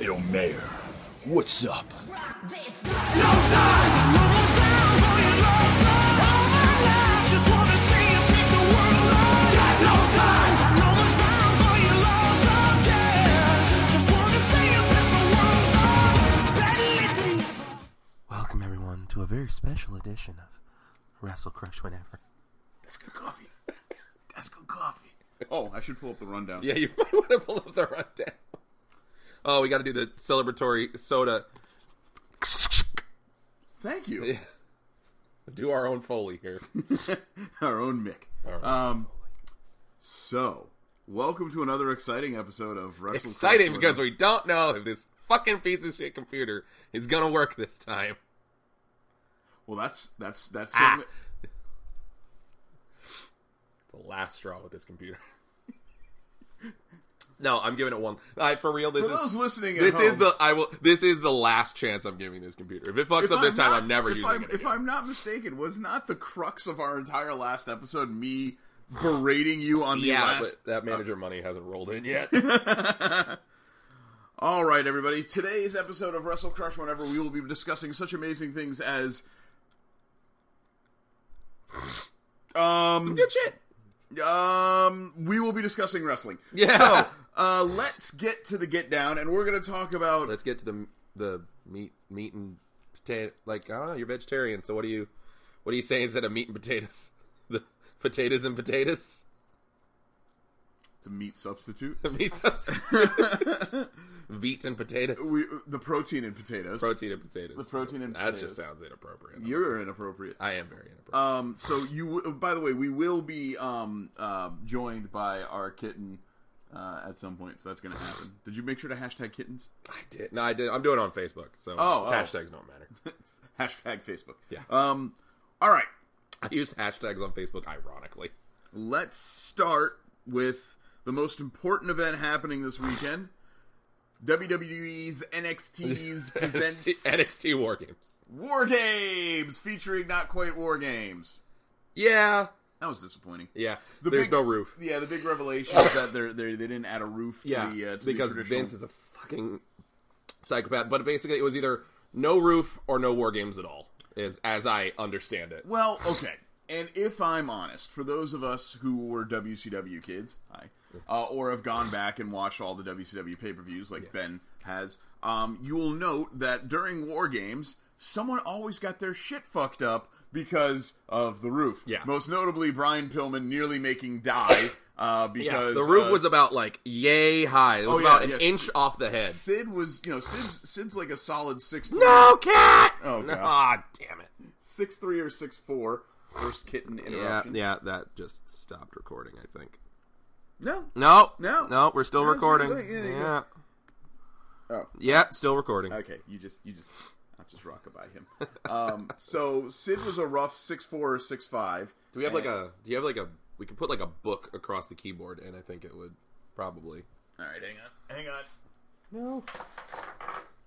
Yo, Mayor, what's up? Welcome, everyone, to a very special edition of Wrestle Crush Whenever. That's good coffee. That's good coffee. Oh, I should pull up the rundown. Yeah, you might want to pull up the rundown. Oh, we got to do the celebratory soda. Thank you. Yeah. Do our own foley here. Our own Mick. um, so, welcome to another exciting episode of Wrestle. Exciting because we don't know if this fucking piece of shit computer is gonna work this time. well, that's that's that's Ah. certainly- The last straw with this computer. no, I'm giving it one. I for real. This for is those listening. At this is home, the I will. This is the last chance I'm giving this computer. If it fucks if up this time, not- I'm never if using I'm, it. If I'm not mistaken, was not the crux of our entire last episode me berating you on the yeah, last uh, but that manager money hasn't rolled in yet. All right, everybody. Today's episode of Wrestle Crush, whenever we will be discussing such amazing things as. Um, Some good shit. Um, we will be discussing wrestling. Yeah. So, uh, let's get to the get down, and we're going to talk about. let's get to the the meat meat and potato. Like I don't know, you're vegetarian, so what do you what do you say instead of meat and potatoes? The potatoes and potatoes. It's a meat substitute. The meat subs- Veet and potatoes. we, the protein in potatoes. protein and potatoes. The protein and that potatoes. just sounds inappropriate. You're inappropriate. I am very inappropriate. Um, so you, w- by the way, we will be um, uh, joined by our kitten uh, at some point, so that's going to happen. Did you make sure to hashtag kittens? I did. No, I did. I'm doing it on Facebook, so Oh, oh. hashtags don't matter. Hashtag Facebook. Yeah. Um. All right. I use hashtags on Facebook ironically. Let's start with the most important event happening this weekend. WWE's NXT's presents NXT, NXT War Games. War Games featuring not quite War Games. Yeah, That was disappointing. yeah. The There's big- no roof. Yeah, the big revelation is that they're, they're, they didn't add a roof to Yeah, the uh, to because the traditional... Vince is a fucking psychopath. But basically, it was either no roof or no war games at all, is as I understand it. Well, okay. And if I'm honest, for those of us who were WCW kids, hi, uh, or have gone back and watched all the WCW pay per views like Ben has, um, you will note that during war games, someone always got their shit fucked up because of the roof. Yeah. Most notably, Brian Pillman nearly making die uh, Yeah, because the roof uh, was about like yay high. It was Oh, yeah, about an yes. inch off the head. Sid was, you know, Sid's, Sid's like a solid six. No cat. Oh, no, God. ah, damn it. six three or six four. First kitten Yeah, interruption. yeah. That just stopped recording. I think. No, No, No. no. We're still No, it's recording. still- yeah, Yeah. you Yeah. Oh. still recording. Okay, you just you just I'll just rock about him. Um, so Sid was a rough six four or six five. Do we have like a? Do you have like a? We can put like a book across the keyboard, and I think it would probably. All right, hang on, hang on. No.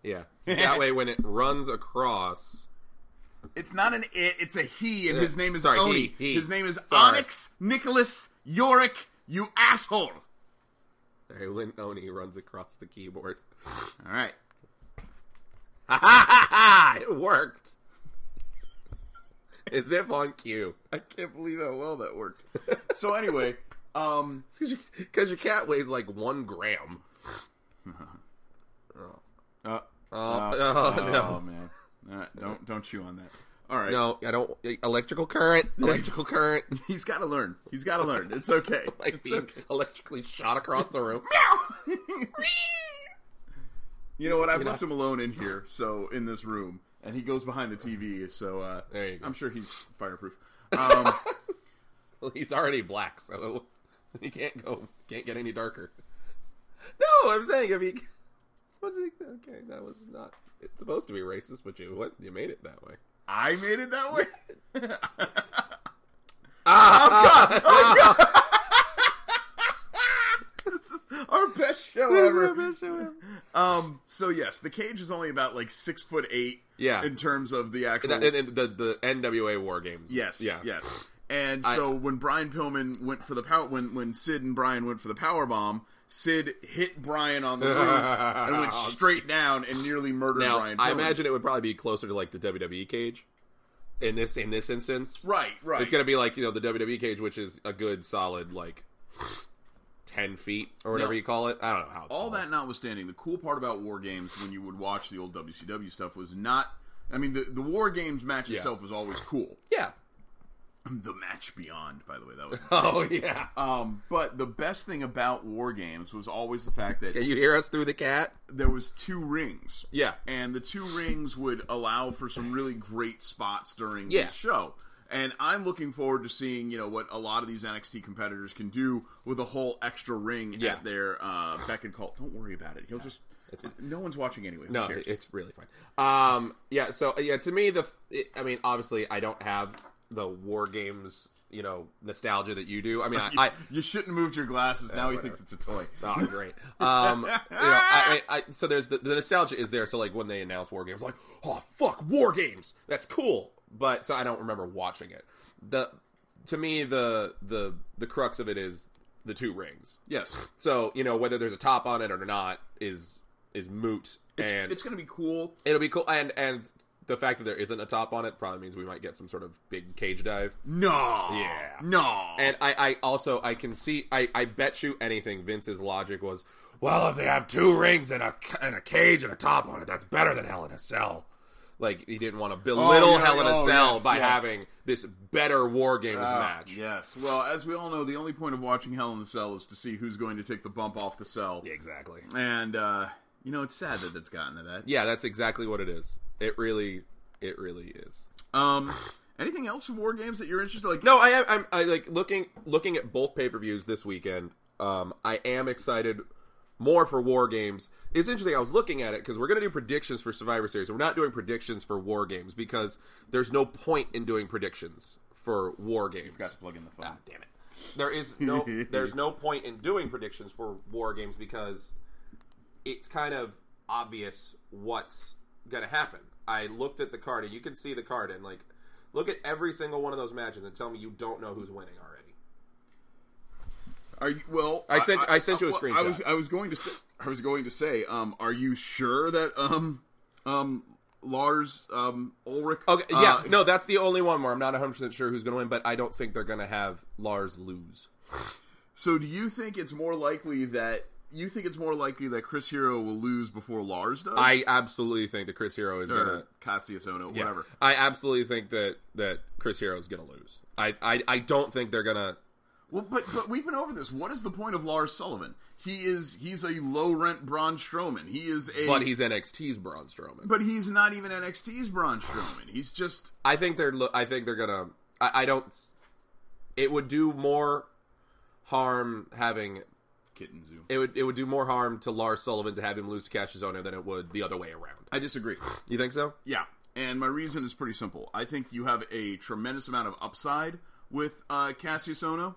Yeah. That way, when it runs across, It's not an it, it's a he, and his name is Sorry, Oni. he, he. His name is Sorry. Onyx Nicholas Yorick. You asshole. there, when Oni runs across the keyboard, All right. ha ha ha! ha! It worked. It's if on cue. I can't believe how well that worked. so anyway, um, Because your cat weighs like one gram. uh, Oh, oh, oh no. man, All right, don't don't chew on that. All right, No, I don't. eh, Electrical current. Electrical current. he's got to learn. He's got to learn. It's okay. Like it's being okay. electrically shot across the room. You know what? I've left him alone in here, so in this room, and he goes behind the TV. So uh, There you go. I'm sure he's fireproof. Um, Well, he's already black, so he can't go. Can't get any darker. No, I'm saying if he. What's he? Okay, that was not. It's supposed to be racist, but you what? You made it that way. I made it that way. Ah. Oh, Our best show ever. Um, so yes, the cage is only about like six foot eight. Yeah. in terms of the actual. And, that- and, and the the NWA War Games. Yes. Yeah. Yes. And so when Brian Pillman went for the power, when when Sid and Brian went for the power bomb, Sid hit Brian on the roof and went straight down and nearly murdered Now, Brian. I Pillman. imagine it would probably be closer to like the WWE cage. In this in this instance, Right, right. it's gonna be like you know the WWE cage, which is a good solid like ten feet or whatever No. you call it. I don't know how All tall. that notwithstanding, the cool part about War Games when you would watch the old WCW stuff was not. I mean, the, the War Games match Yeah. itself was always cool. Yeah. The match beyond, by the way, that was. Oh yeah. Um, but the best thing about War Games was always the fact that Can you hear us through the cat? there was two rings. Yeah. And the two rings would allow for some really great spots during Yeah. the show. And I'm looking forward to seeing, you know, what a lot of these NXT competitors can do with a whole extra ring Yeah. at their uh, beck and call. Don't worry about it. He'll just. no one's watching anyway. Who No, cares? it's really fun. Um, yeah. So yeah, to me, the it, I mean, obviously, I don't have the war games, you know, nostalgia that you do. I mean, I, I you shouldn't move your glasses. now he whatever. thinks it's a toy. oh great. Um, you know, I, I, I, so there's the, the nostalgia is there. So like when they announced war games, like oh fuck, war games, that's cool. But so I don't remember watching it. The to me the the the crux of it is the two rings. Yes. So you know whether there's a top on it or not is is moot. and it's going to be cool. It'll be cool, and and the fact that there isn't a top on it probably means we might get some sort of big cage dive. No. Yeah. No. And I, I also I can see I, I bet you anything Vince's logic was well if they have two rings and a ca- and a cage and a top on it that's better than Hell in a Cell. Like he didn't want to belittle yeah, Hell in a oh, Cell yes, by yes. having this better War Games Uh, match. Yes. Well, as we all know, the only point of watching Hell in the Cell is to see who's going to take the bump off the cell. Exactly. And uh, you know, it's sad that it's gotten to that. Yeah, that's exactly what it is. It really, it really is. Um, anything else from War Games that you're interested? Like, No, I am. I'm I, like looking looking at both pay per views this weekend. Um, I am excited more for War Games. It's interesting. I was looking at it because we're going to do predictions for Survivor Series. We're not doing predictions for War Games because there's no point in doing predictions for War Games. Got to plug in the phone. Ah, damn it. There is no there's no point in doing predictions for war games because it's kind of obvious what's going to happen. I looked at the card and you can see the card and like look at every single one of those matches and tell me you don't know who's winning already. Are you well? I sent- I sent you a well, screenshot. I was I was going to say, I was going to say, um, are you sure that um, um, Lars um Ulrich? Okay, yeah, uh, no, that's the only one where I'm not 100% sure who's going to win, but I don't think they're going to have Lars lose. So do you think it's more likely that you think it's more likely that Chris Hero will lose before Lars does? I absolutely think that Chris Hero is going to or Cassius Ono, Yeah. whatever. I absolutely think that that Chris Hero is going to lose. I, I I don't think they're going to Well, but but we've been over this. What is the point of Lars Sullivan? He is he's a low rent Braun Strowman. He is a but he's NXT's Braun Strowman. but he's not even NXT's Braun Strowman. He's just I think they're. lo- I think they're gonna. I, I don't. It would do more harm having. kitten zoo. It would. It would do more harm to Lars Sullivan to have him lose to Cashizona than it would the other way around. I disagree. You think so? Yeah, and my reason is pretty simple. I think you have a tremendous amount of upside with uh, Cassius Ono.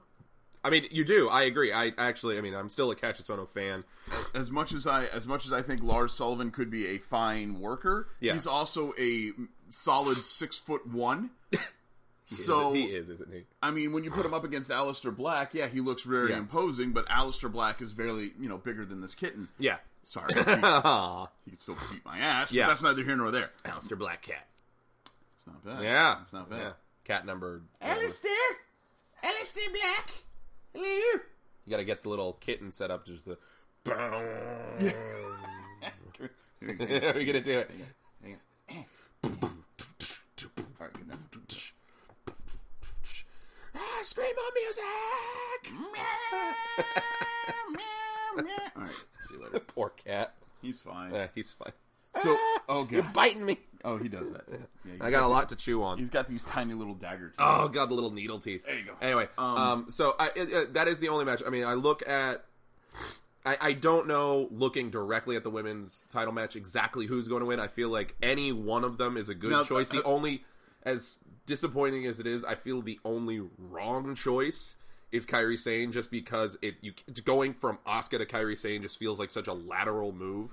I mean, you do. I agree. I actually. I mean, I'm still a Cashizono fan. As much as I as much as I think Lars Sullivan could be a fine worker, Yeah. he's also a solid six foot one. So he is, isn't he? I mean, when you put him up against Alistair Black, yeah, he looks very Yeah. imposing, but Alistair Black is barely, you know, bigger than this kitten. Yeah. Sorry. He, he could still beat my ass, Yeah. but that's neither here nor there. Alistair Black Cat. It's not bad. Yeah, It's not bad. Yeah. Cat number. Alistair! Alistair Black! Hello! You got to get the little kitten set up. Just the. Hang on, We're gonna do it. hang on. All right, good enough. Scream on music. All right, see you later. Poor cat. He's fine. Uh, he's fine. So, oh god, biting me. oh he does that. Yeah, he's I got a lot to chew on. He's got these tiny little dagger teeth. Oh god, the little needle teeth. There you go. Anyway, um, so I, it, it- that is the only match. I mean, I look at. I, I don't know, looking directly at the women's title match, exactly who's going to win. I feel like any one of them is a good Now, choice. The uh, only, as disappointing as it is, I feel the only wrong choice is Kyrie Sane, just because it you going from Oscar to Kyrie Sane just feels like such a lateral move.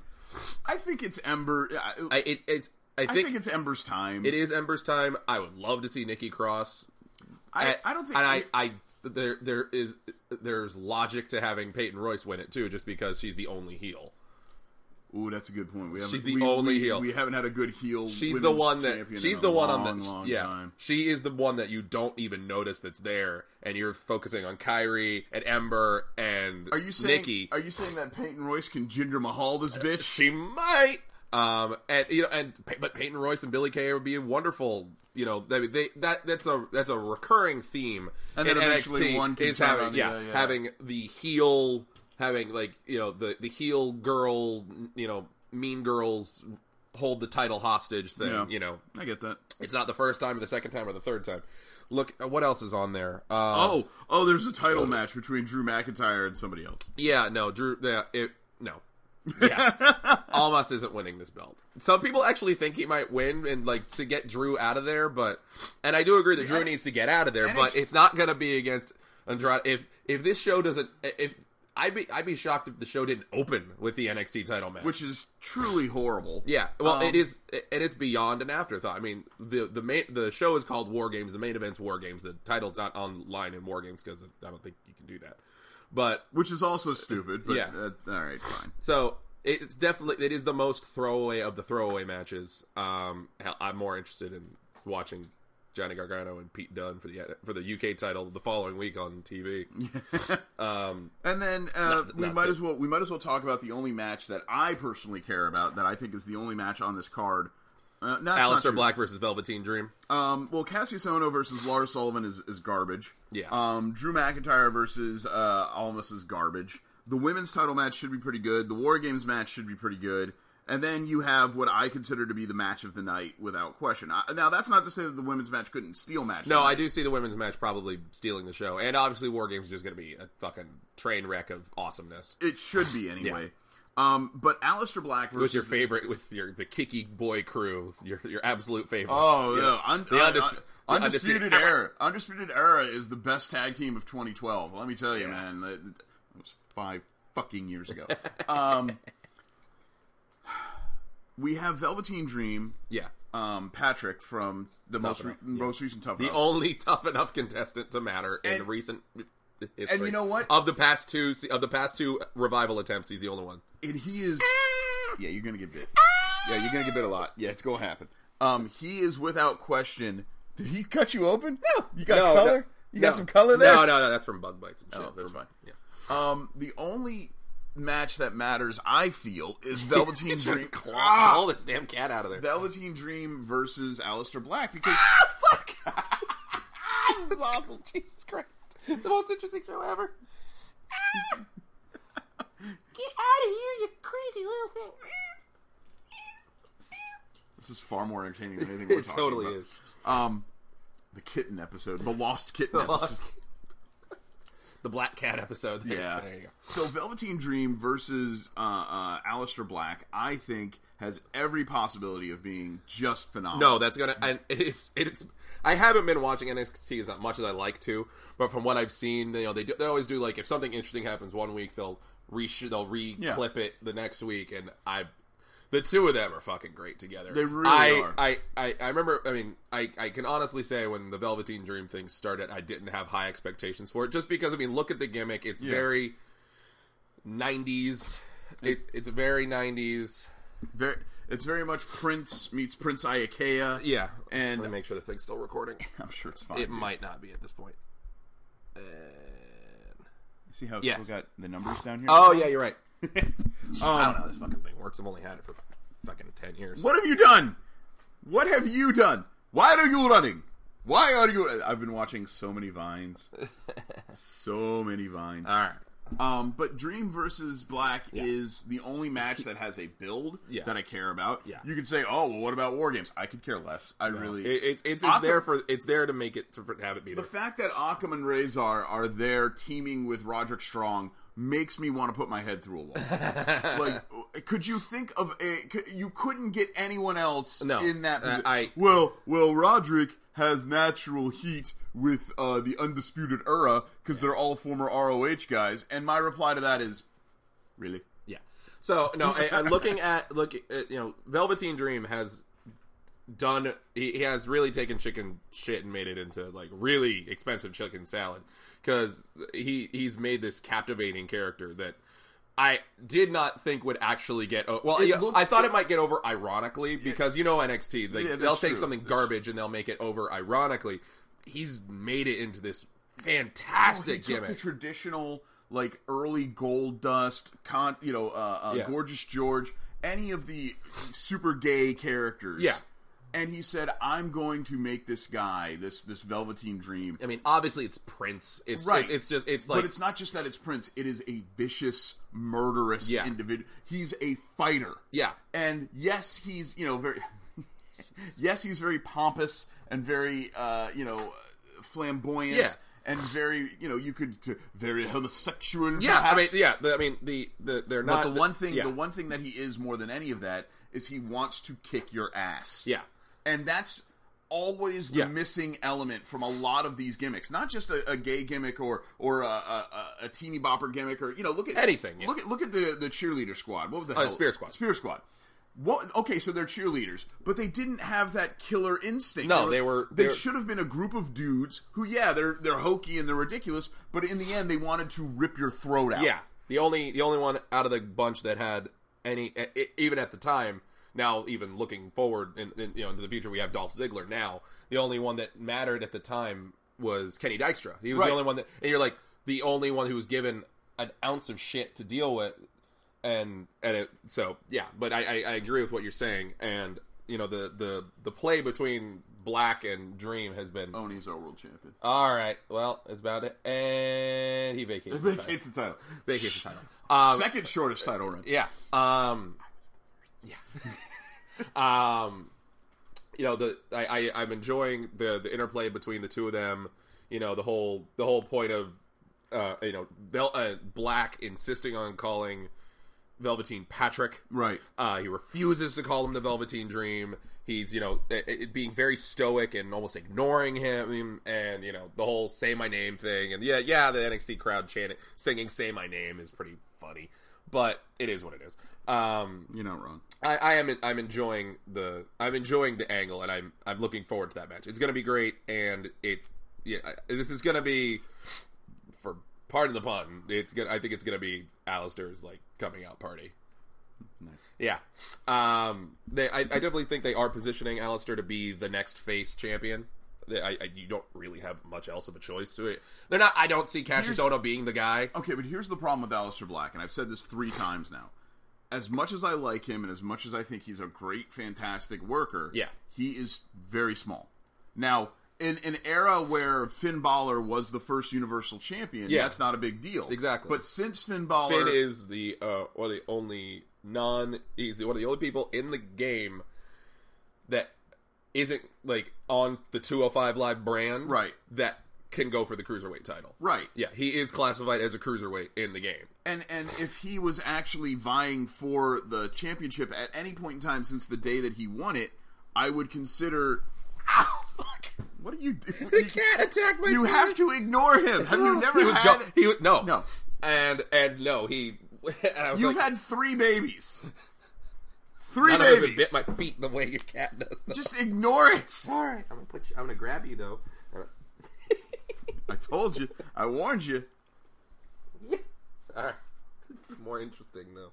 I think it's Ember. I, I it, it's I I think, think it's Ember's time. it is Ember's time. I would love to see Nikki Cross I, I don't think. and I, I that there there is there's logic to having Peyton Royce win it too, just because she's the only heel. Ooh, that's a good point. We haven't, She's the we, only we, heel. We haven't had a good heel. She's the women's one that champion she's in the a one long, on the long yeah. time. She is the one that you don't even notice that's there, and you're focusing on Kyrie and Ember and Are you saying? Nikki. Uh, Are you saying that Peyton Royce can Ginger Mahal this bitch? she might. Um, and you know, and Pey- but Peyton Royce and Billy Kay would be a wonderful. You know, they, they that that's a that's a recurring theme. And then in eventually NXT one can is turn having on the yeah, other, yeah. having the heel having like you know the the heel girl you know mean girls hold the title hostage thing. Yeah. You know, I get that. it's not the first time or the second time or the third time. Look, uh, what else is on there? Uh, Oh, oh, there's a title match between Drew McIntyre and somebody else. yeah, no, Drew. Yeah, it, no, yeah, Almas isn't winning this belt. Some people actually think he might win and like to get Drew out of there, but and I do agree that Drew needs to get out of there, but NXT it's not going to be against Andrade. If if this show doesn't, if I'd be I'd be shocked if the show didn't open with the NXT title match, which is truly horrible. Yeah, well, Um, it is, and it's beyond an afterthought. I mean, the the main the show is called War Games. The main event's War Games. The title's not online in War Games because I don't think you can do that. But which is also stupid. But Yeah. uh, all right, fine. so it's definitely it is the most throwaway of the throwaway matches. Um, hell, I'm more interested in watching Johnny Gargano and Pete Dunne for the for the UK title the following week on TV. And then uh, Not- we not might to- as well we might as well talk about the only match that I personally care about that I think is the only match on this card. Uh, no, it's not Alistair true. Black versus Velveteen Dream. Um, well, Cassius Ono versus Lars Sullivan is, is garbage. Yeah. Um, Drew McIntyre versus uh, Almas is garbage. The women's title match should be pretty good. The War Games match should be pretty good. And then you have what I consider to be the match of the night without question. I, now, that's not to say that the women's match couldn't steal match. No, tonight. I do see the women's match probably stealing the show, and obviously War Games is just going to be a fucking train wreck of awesomeness. It should be anyway. Um, but Alistair Black versus Who's your favorite with your the Kiki boy crew? Your your absolute favorite. Oh, yeah. Un- The un- undis- un- the Undisputed, Undisputed Era. Undisputed Era is the best tag team of 2012. Let me tell you, man. That, that was five fucking years ago. um, we have Velveteen Dream, yeah. um, Patrick from the most re- Enough, yeah. most recent Tough The Enough. only tough enough contestant to matter in Um, And- recent history. you know what? Of the past two se- of the past two revival attempts, he's the only one. and he is. Yeah, you're gonna get bit. Yeah, you're gonna get bit a lot. Yeah, it's gonna happen. Um, he is without question. Did he cut you open? No, you got No, color. no, you got no. some color there. No, no, no. That's from bug bites and shit. Oh, that's From- fine. Yeah. Um, the only match that matters, I feel, is Velveteen Dream. Claw Ah! all this damn cat out of there. Velveteen Dream versus Alistair Black because Ah! That's awesome. Jesus Christ. The most interesting show ever. Get out of here, you crazy little thing. this is far more entertaining than anything we're It talking totally about. is. Um, the kitten episode, the lost kitten episode. Lost- the black cat episode. There, Yeah. There you go. So Velveteen Dream versus uh, uh, Alistair Black, I think, has every possibility of being just phenomenal. No, that's gonna and it's it's. I haven't been watching NXT as much as I like to, but from what I've seen, you know, they do, they always do like if something interesting happens one week, they'll reshoot, they'll re-clip it the next week, and I. The two of them are fucking great together. They really I, are. I, I, I remember. I mean, I, I can honestly say when the Velveteen Dream thing started, I didn't have high expectations for it, just because I mean, look at the gimmick. It's very '90s. It, it's very '90s. very, it's very much Prince meets Prince Iakea. Yeah, And- let me make sure the thing's still recording. I'm sure it's fine. dude. It might not be at this point. See how it's Yeah. still got the numbers down here. Oh yeah, you're right. I don't know Um, how this fucking thing works. I've only had it for fucking ten years. What have you done? What have you done? Why are you running? Why are you? I've been watching so many vines, so many vines. All right. Um, but Dream versus Black is the only match that has a build Yeah. that I care about. Yeah. You could say, oh, well, what about War Games? I could care less. I really. It, it's it's, it's Occam- there for it's there to make it to for- have it be the there. fact that Occam and Razor are there teaming with Roderick Strong makes me want to put my head through a wall. like, could you think of a? could- You couldn't get anyone else No. in that. Uh, Posi- I- well, well, Roderick has natural heat with uh, the undisputed era because they're all former ROH guys. And my reply to that is, really. Yeah. So no, I, I'm looking at look. At, you know, Velveteen Dream has done. He, he has really taken chicken shit and made it into like really expensive chicken salad. because he he's made this captivating character that I did not think would actually get. o well, yeah, looks- I thought it might get over ironically because you know NXT, they, Yeah, that's they'll take true. something That's garbage and they'll make it over ironically. He's made it into this fantastic Oh, he took gimmick. the traditional like early gold dust con you know uh, uh, Yeah. gorgeous george any of the super gay characters Yeah. and he said i'm going to make this guy this this velveteen dream I mean, obviously it's Prince. It's Right. It's just it's like but it's not just that it's prince it is a vicious murderous Yeah. individual he's a fighter Yeah. and yes he's you know very yes he's very pompous and very uh you know flamboyant Yeah. and very you know you could t- very homosexual yeah. I perhaps. mean, yeah. the- I mean, the, the they're But not the one thing, yeah. the one thing that he is more than any of that is he wants to kick your ass. Yeah. and that's always the Yeah. missing element from a lot of these gimmicks. Not just a, a gay gimmick or or a, a, a- a teeny bopper gimmick or you know look at Anything, yeah. Look at look at the the cheerleader squad. What was the Oh, hell? Spirit Squad. Spirit squad. What, okay, so they're cheerleaders, but they didn't have that killer instinct. No, they were- They they were- should have been a group of dudes who, yeah, they're they're hokey and they're ridiculous, but in the end, they wanted to rip your throat out. Yeah, the only the only one out of the bunch that had any e- e- even at the time. Now, even looking forward in, in you know into the future, we have Dolph Ziggler. Now, the only one that mattered at the time was Kenny Dykstra. He was Right. the only one that, and you're like the only one who was given an ounce of shit to deal with, and and it, so yeah. But I, I, I agree with what you're saying, and you know the the the play between Black and Dream has been Oney's our world champion. all right. Well, it's about it, and he vacates. the title. Vacates the title. Vacates the title. Um, Second shortest title run. yeah. Um, yeah. um, you know the I, I I'm enjoying the the interplay between the two of them. You know the whole the whole point of uh, you know Vel- uh, Black insisting on calling Velveteen Patrick. Right. Uh, he refuses to call him the Velveteen Dream. He's you know it, it being very stoic and almost ignoring him, and you know the whole "say my name" thing, and yeah, yeah, the NXT crowd chanting, singing "say my name" is pretty funny, but it is what it is. Um, You're not wrong. I, I am I'm enjoying the I'm enjoying the angle, and I'm I'm looking forward to that match. It's going to be great, and it's yeah, I- this is going to be for pardon the pun. It's gonna I think it's going to be Alistair's like coming out party. Nice. Yeah, um, they, I, I definitely think they are positioning Alistair to be the next face champion. They, I, I, you don't really have much else of a choice. They're not. I don't see Here's- Cassius Ohno being the guy. Okay, but here's the problem with Aleister Black, and I've said this three times now. As much as I like him and as much as I think he's a great, fantastic worker, Yeah. he is very small. Now, in an era where Finn Balor was the first Universal Champion, Yeah. that's not a big deal. Exactly. But since Finn Balor Finn is the uh, one of the only non. He's one of the only people in the game that isn't like on the 205 Live brand, Right. That can go for the cruiserweight title, Right. Yeah, he is classified as a cruiserweight in the game. and and if he was actually vying for the championship at any point in time since the day that he won it, I would consider. Ow, fuck! What are you doing? You, attack my. you have to ignore him. Have you never he was had? go- he was- no No. and and no he. and I was You've like, had three babies. Three none of them babies. bit my feet the way your cat does. Just ignore it. all right, I'm gonna put you. I'm gonna grab you though. I told you. I warned you. All right, it's more interesting though.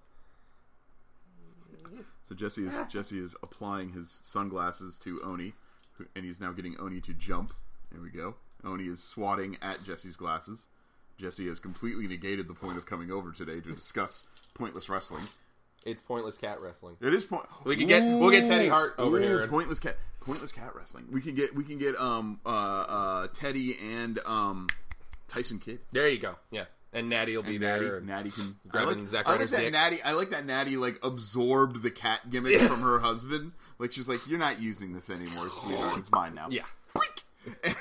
So Jesse is Jesse is applying his sunglasses to Oni, who- and he's now getting Oni to jump. There we go. Oni is swatting at Jesse's glasses. Jesse has completely negated the point of coming over today to discuss pointless wrestling. It's pointless cat wrestling. It is point. We can get- we'll get Teddy Hart over here and- Pointless cat. Pointless cat wrestling. We can get we can get um uh uh Teddy and um Tyson Kidd. There you go. Yeah, and Natty will be And there. Natty, and- Natty can grabbing I like, Zack I like Ryder's that dick. Natty. I like that Natty like absorbed the cat gimmick from her husband. Like she's like, "You're not using this anymore, sweetheart. It's mine now." Yeah, Yeah,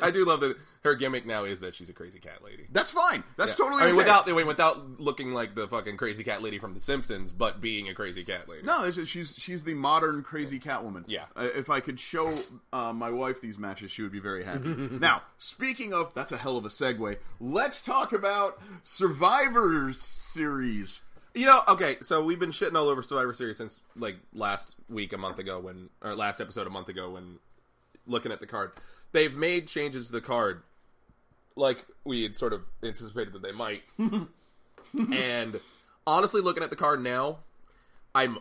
I do love that her gimmick now is that she's a crazy cat lady. that's fine. That's Yeah. totally. I mean, okay. without I mean, without looking like the fucking crazy cat lady from The Simpsons, but being a crazy cat lady. No, it's just- she's she's the modern crazy Catwoman. Yeah. Uh, if I could show uh, my wife these matches, she would be very happy. now, speaking of, that's a hell of a segue. Let's talk about Survivor Series. You know, okay, so we've been shitting all over Survivor Series since like last week, a month ago, when or last episode a month ago, when looking at the card, they've made changes to the card like we had sort of anticipated that they might. and honestly, looking at the card now, I'm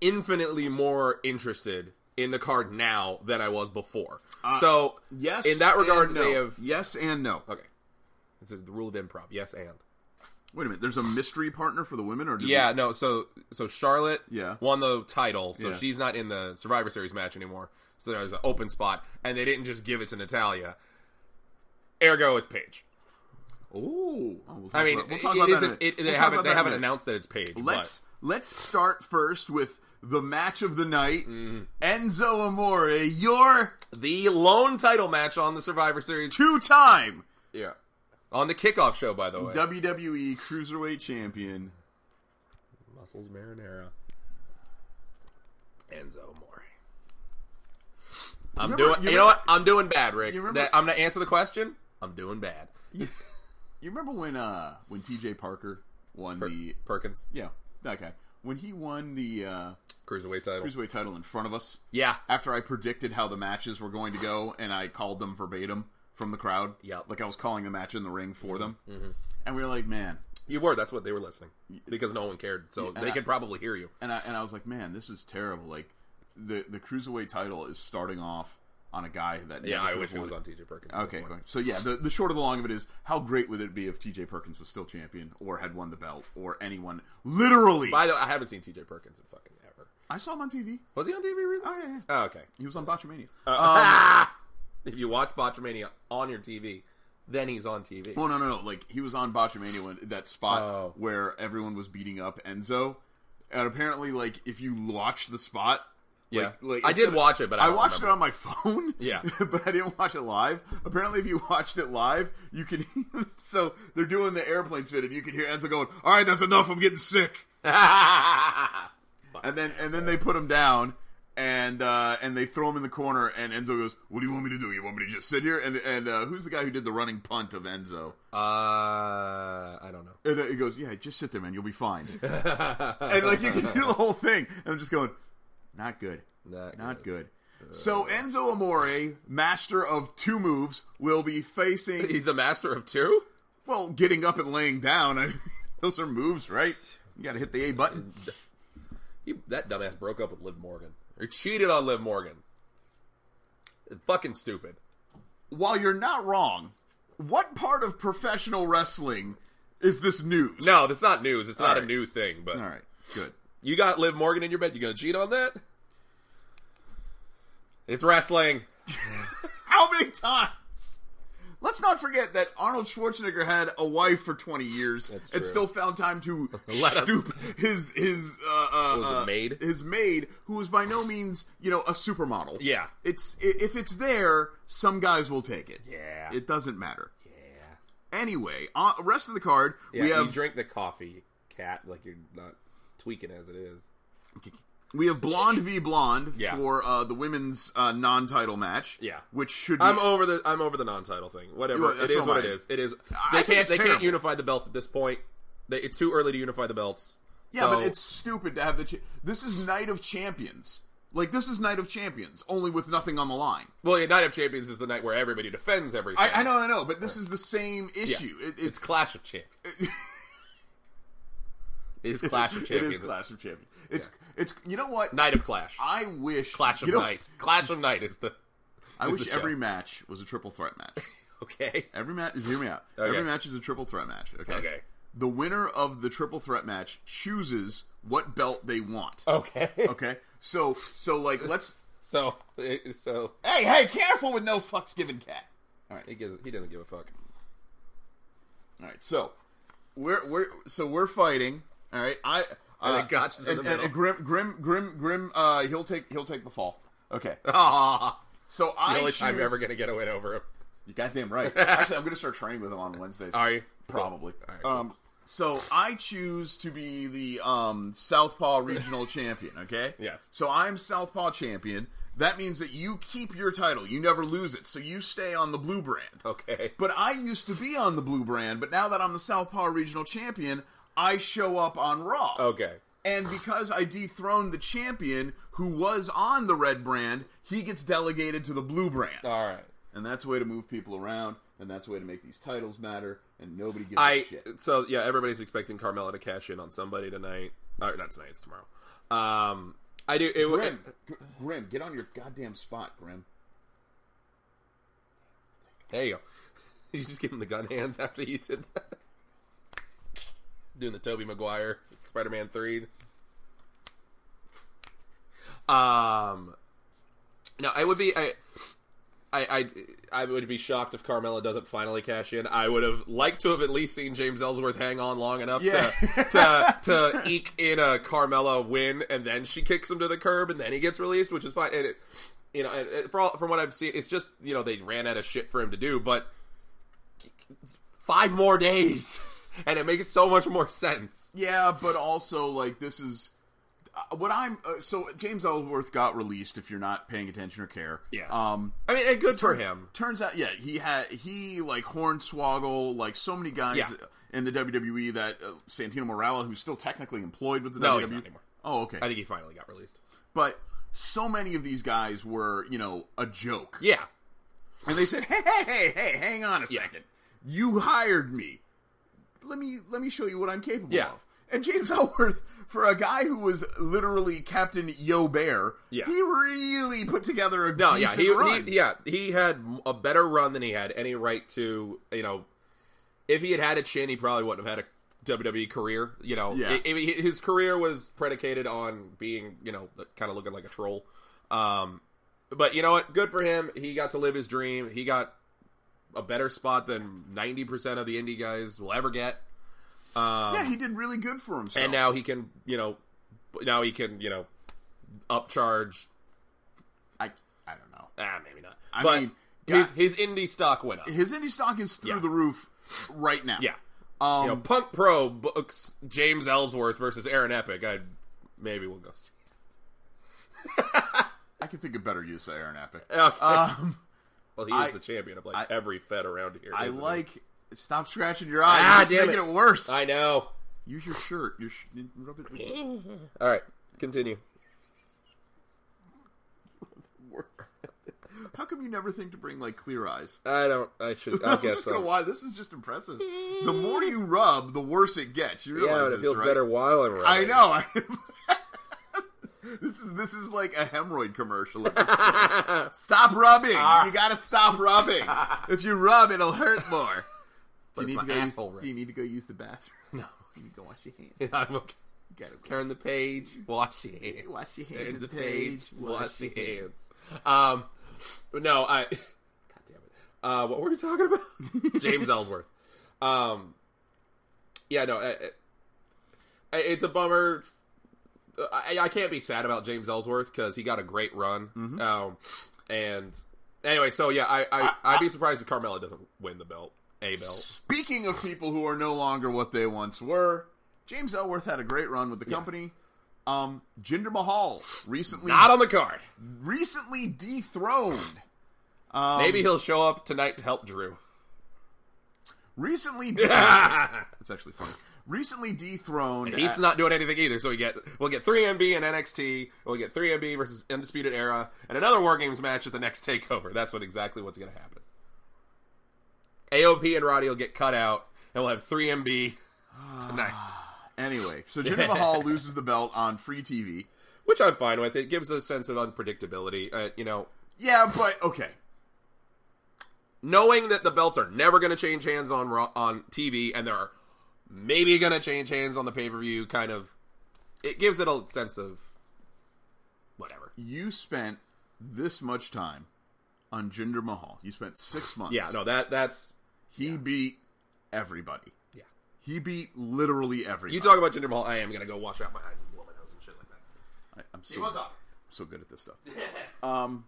infinitely more interested in the card now than I was before. so Uh, Yes. in that regard, and no. they have yes and no. okay. It's a rule of improv. Yes, and Wait a minute. There's a mystery partner for the women, or did yeah, we- no. So so Charlotte Yeah. won the title, so Yeah. she's not in the Survivor Series match anymore. So there's an open spot, and they didn't just give it to Natalia. Ergo, it's Paige. Ooh. Oh, we'll talk I mean, about, we'll talk about that it in a isn't- minute. it- they We'll talk haven't about they that in a haven't minute. announced that it's Paige. Let's let's start first with the match of the night. Enzo Amore, your but the lone title match on the Survivor Series. two-time Yeah, on the kickoff show, by the way. WWE E Cruiserweight Champion. Muscles marinara. Enzo Amore. I'm remember- doing. you You, know what? I'm doing bad, Rick. You remember- That- I'm gonna answer the question. I'm doing bad. You remember when uh when TJ Parker won the Perkins, yeah that guy when he won the uh, cruiserweight title. Cruiserweight title in front of us Yeah, after I predicted how the matches were going to go and I called them verbatim from the crowd. Yep. like I was calling the match in the ring for them, and we were like, man, you were. That's what they were listening because no one cared, so Yeah, they I- could probably hear you. and I and I was like, man, this is terrible. Like the the cruiserweight title is starting off on a guy that Yeah, never I should wish have it was won on TJ Perkins. Okay, fine. so yeah, the, the short of the long of it is, how great would it be if T.J. Perkins was still champion, or had won the belt, or anyone literally? By the way, I haven't seen TJ Perkins in fucking ever. I saw him on TV. Was he on TV recently? Oh yeah, yeah. Oh, okay. he was on Botchamania. If you watch Botchamania on your TV, then he's on TV. Well, Oh, no, no, no. Like he was on Botchamania when that spot Oh. where everyone was beating up Enzo, and apparently, like if you watch the spot, like- Yeah. like, I did instead of- watch it, but I don't watched remember. it on my phone. Yeah. but I didn't watch it live. Apparently, if you watched it live, you can. so they're doing the airplane spin, and you can hear Enzo going, "All right, that's enough. I'm getting sick." And then and then they put him down. And uh, and they throw him in the corner, and Enzo goes, "What do you want me to do? You want me to just sit here?" And and uh, who's the guy who did the running punt of Enzo? uh, I don't know. And then he goes, "Yeah, just sit there, man. You'll be fine." and like you can hear the whole thing, and I'm just going, "Not good, Not good." So Enzo Amore, master of two moves, will be facing He's the master of two. well, getting up and laying down. I, those are moves, right? You got to hit the A button. He, that dumbass broke up with Liv Morgan. Or cheated on Liv Morgan. Fucking stupid. While you're not wrong, what part of professional wrestling is this news? No, that's not news. It's not a right. new thing. But All right, good. you got Liv Morgan in your bed. You gonna cheat on that? It's wrestling. How many times? Let's not forget that Arnold Schwarzenegger had a wife for 20 years true. and still found time to Let us- stoop his his uh, uh, was it, uh, maid? his maid who was by no means you know a supermodel. Yeah. it's i- if it's there, some guys will take it. Yeah. it doesn't matter. Yeah. Anyway, uh, rest of the card Yeah, we have you drink the coffee, you cat. Like you're not tweaking as it is. we have blonde v blonde Yeah. for uh, the women's uh, non-title match. Yeah. which should be I'm over the I'm over the non-title thing. Whatever. Well, it that's is not what it mine. is. It is. I They think can't it's they can't terrible. unify the belts at this point. They, it's too early to unify the belts. Yeah, but So- it's stupid to have the. Cha- this is Night of Champions. Like this is Night of Champions, only with nothing on the line. well, yeah, Night of Champions is the night where everybody defends everything. I, I know, I know, but this is the same Yeah. issue. It, it's Clash of Champions. it is Clash of it Champions. is Clash of Champions. It's it's you know what Night of Clash. I wish Clash of you know- Night. Clash of Night is the. I is wish the show. every match was a triple threat match. Okay. Every match, hear me out. Okay. Every match is a triple threat match. Okay. Okay. The winner of the triple threat match chooses what belt they want. Okay. Okay. So so like let's. So it- so Hey hey, careful with no fucks given, cat. All right. he gives, he doesn't give a fuck. All right, so we're we're so we're fighting. All right, I uh, then Gotch is and, in the and- middle. and Grim Grim Grim Grim. Uh, he'll take he'll take the fall. Okay, Ah, so the I only choose, time you're ever gonna get a win over him. You goddamn right. Actually, I'm gonna start training with him on Wednesdays. Are you? probably? All right, um, so I choose to be the um Southpaw regional champion. Okay. Yes. So I'm Southpaw champion. That means that you keep your title. You never lose it. So you stay on the blue brand. Okay. But I used to be on the blue brand, but now that I'm the Southpaw Regional Champion, I show up on Raw. Okay. And because I dethroned the champion who was on the red brand, he gets delegated to the blue brand. All right. And that's a way to move people around. and that's a way to make these titles matter, and nobody gives a I shit. so yeah, everybody's expecting Carmella to cash in on somebody tonight. Or not tonight, it's tomorrow. Um, I do. It, Grim, G- Grim, get on your goddamn spot, Grim. there you go. You just gave him the gun hands after you did that. Doing the Toby Maguire Spider-Man three. Um, no, I would be I. I, I I would be shocked if Carmella doesn't finally cash in. I would have liked to have at least seen James Ellsworth hang on long enough Yeah. to, to to eke in a Carmella win, and then she kicks him to the curb, and then he gets released, which is fine. And it, you know, and, and for all, from what I've seen, it's just you know they ran out of shit for him to do, but five more days, and it makes so much more sense. Yeah, but also like this is uh, what I'm. Uh, so James Ellsworth got released. If you're not paying attention or care, Yeah. Um, I mean, and good for him. turns out, yeah, he had he like Hornswoggle, like so many guys Yeah. in the WWE that uh, Santino Morella, who's still technically employed with the No, WWE. he's not anymore. Oh, okay. I think he finally got released. but so many of these guys were, you know, a joke. Yeah, And they said, "Hey, hey, hey, hey, hang on a Yeah. second. You hired me. Let me let me show you what I'm capable Yeah. of." And James Ellsworth, for a guy who was literally Captain Yo Bear, Yeah. he really put together a No, yeah, decent he, run. he yeah he had a better run than he had any right to. You know, if he had had a chin, he probably wouldn't have had a WWE career. You know, Yeah. I- I mean, his career was predicated on being you know kind of looking like a troll. Um, but you know what? Good for him. He got to live his dream. He got a better spot than ninety percent of the indie guys will ever get. Um, yeah, he did really good for himself. and uh, now he can you know now he can you know upcharge. I I don't know. Ah, maybe not. I but mean, his God. his indie stock went up. His indie stock is through Yeah. the roof right now. Yeah. Um, you know, Punk Pro books James Ellsworth versus Aaron Epic. I maybe we'll go see. I can think of better use of Aaron Epic. Okay. Um, well, he I- is the champion of like I- every Fed around here. I isn't he? like. Stop scratching your eyes. Ah, You're just damn making it. it. worse. I know. Use your shirt. Your sh- rub it. All right, continue. worse. How come you never think to bring like clear eyes? I don't. I should. I I'm guess uh, just gonna so. lie. This is just impressive. The more you rub, the worse it gets. You realize Yeah, and this, it feels right? better while I'm. I running. know. this is this is like a hemorrhoid commercial. At this point. stop rubbing. Ah. You gotta stop rubbing. if you rub, it'll hurt more. Do you, it's need my to go use, asshole, Rick. do you need to go use the bathroom? No, You need to wash your hands. I'm okay. You gotta Turn the page. Wash your hands. wash your hands. Turn at the page. Wash your hands. Um, but no, I. God damn it. Uh, what were we talking about? James Ellsworth. Um, yeah, no, I, I, it's a bummer. I, I can't be sad about James Ellsworth because he got a great run. Um, and anyway, so yeah, I, I, I would be surprised if Carmella doesn't win the belt, a belt. Speaking of people who are no longer what they once were, James Ellsworth had a great run with the company. Um, Jinder Mahal recently Not on the card. recently dethroned. Um, Maybe he'll show up tonight to help Drew. recently. That's actually funny. Recently dethroned. Heat's at- not doing anything either, so we get we'll get three MB and NXT, we'll get three MB versus Undisputed Era, and another War Games match at the next Takeover. That's what exactly what's going to happen. AOP and Roddy will get cut out, and we'll have three MB tonight, Anyway, so Jinder Mahal loses the belt on free TV. which I'm fine with. It gives a sense of unpredictability. Uh, you know, Yeah, but okay. knowing that the belts are never going to change hands on Raw- on TV, and they're maybe going to change hands on the pay per view, kind of it gives it a sense of whatever. You spent this much time on Jinder Mahal. You spent six months. Yeah, no, that that's He beat everybody. yeah. He beat literally everybody. You talk about Jinder Mahal, I am gonna go wash out my eyes and blow my nose and shit like that. I, I'm so Keep on talking. so good at this stuff. um,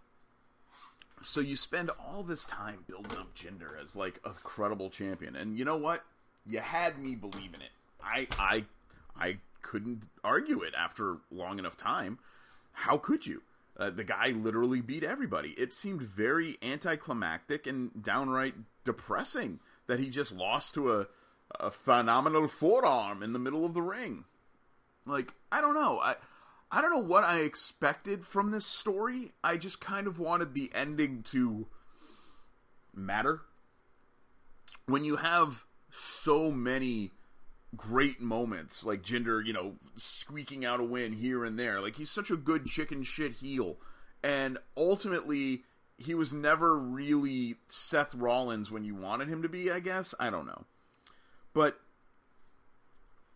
so you spend all this time building up Jinder as like a credible champion, and you know what? You had me believing it. I I I couldn't argue it after long enough time. How could you? Uh, the guy literally beat everybody. It seemed very anticlimactic and downright depressing that he just lost to a a phenomenal forearm in the middle of the ring like i don't know i i don't know what i expected from this story i just kind of wanted the ending to matter when you have so many great moments like Jinder, you know, squeaking out a win here and there. Like he's such a good chicken shit heel. And ultimately, he was never really Seth Rollins when you wanted him to be, I guess. I don't know. But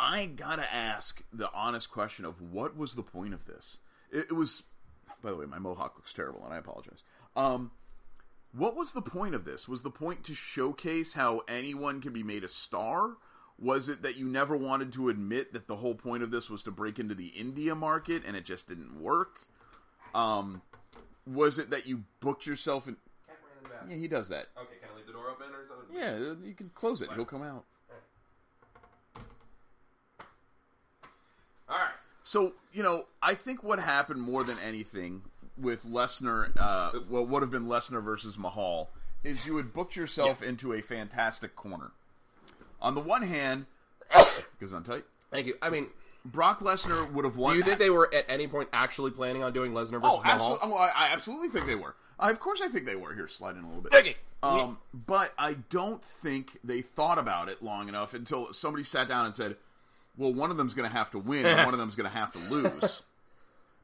I gotta ask the honest question of what was the point of this? It, it was, by the way, my mohawk looks terrible, and I apologize. Um, what was the point of this? Was the point to showcase how anyone can be made a star? Was it that you never wanted to admit that the whole point of this was to break into the India market and it just didn't work? Um, was it that you booked yourself in? Yeah, he does that. Okay, can I leave the door open or something? Yeah, you can close it. He'll come out. All right. So you know, I think what happened more than anything with Lesnar, uh, well, would have been Lesnar versus Mahal, is you had booked yourself into a fantastic corner. On the one hand, because I'm tight, Thank you. I mean, Brock Lesnar would have won. do you think they were at any point actually planning on doing Lesnar versus Oh, Mahal? absolutely! Oh, I, I absolutely think they were. I, of course, I think they were. Here, slide in a little bit. Okay. Um, but I don't think they thought about it long enough until somebody sat down and said, "Well, one of them's going to have to win, and one of them's going to have to lose."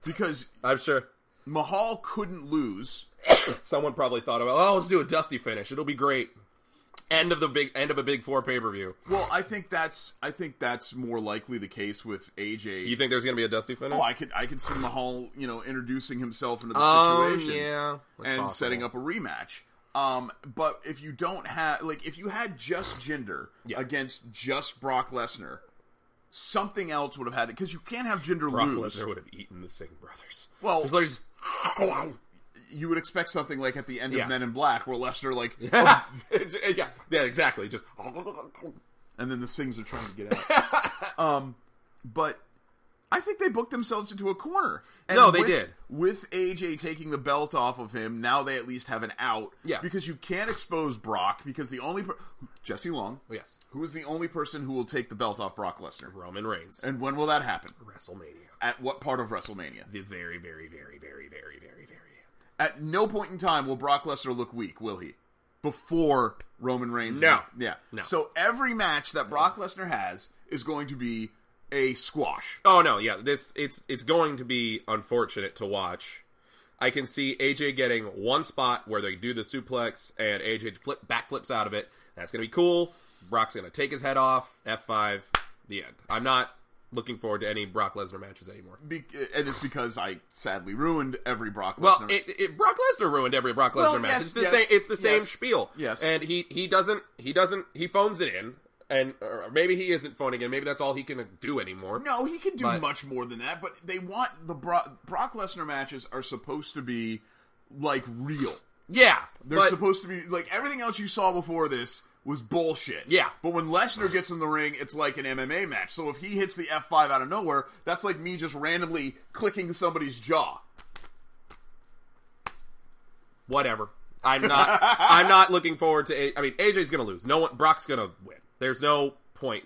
Because I'm sure Mahal couldn't lose. someone probably thought about, oh, let's do a dusty finish. It'll be great. End of the big end of a big four pay per view. Well, I think that's I think that's more likely the case with AJ. You think there's gonna be a dusty finish? Oh, I could I could see Mahal, you know, introducing himself into the Oh, situation, yeah. That's and possible. setting up a rematch. Um, but if you don't have like if you had just Jinder Yeah. against just Brock Lesnar, something else would have had it because you can't have Jinder Brock lose. Lesnar would have eaten the Singh brothers. Well- It's like he's- You would expect something like at the end Yeah. of Men in Black where Lesnar like, yeah, yeah, exactly. Just and then the Sings are trying to get out. um, but I think they booked themselves into a corner. And No, they with- did. With AJ taking the belt off of him, now they at least have an out. Yeah. Because you can't expose Brock because the only per- Jesse Long, Oh, yes, who is the only person who will take the belt off Brock Lesnar, Roman Reigns, and when will that happen? WrestleMania, At what part of WrestleMania? the very, very, very, very, very, very, very end. At no point in time will Brock Lesnar look weak, will he? Before Roman Reigns. No. Yeah. No. So every match that Brock Lesnar has is going to be a squash. Oh no, yeah, this it's it's going to be unfortunate to watch. I can see AJ getting one spot where they do the suplex and AJ flip backflips out of it. That's gonna be cool. Brock's gonna take his head off. F five. The end. I'm not looking forward to any Brock Lesnar matches anymore. Be- and it's because I sadly ruined every Brock Lesnar. Well, it, it, Brock Lesnar ruined every Brock Lesnar Well, match. yes, it's the yes, same. It's the same yes, spiel. yes. and he he doesn't he doesn't he phones it in, and or maybe he isn't phoning in. Maybe that's all he can do anymore. no, he can do but- much more than that. But they want the Bro- Brock Lesnar matches are supposed to be like real. Yeah, They're but- supposed to be like everything else you saw before this was bullshit. Yeah. But when Lesnar gets in the ring, it's like an MMA match. So if he hits the F five out of nowhere, that's like me just randomly clicking somebody's jaw. whatever. I'm not. I'm not looking forward to. A- I mean, AJ's gonna lose. No one. Brock's gonna win. There's no point.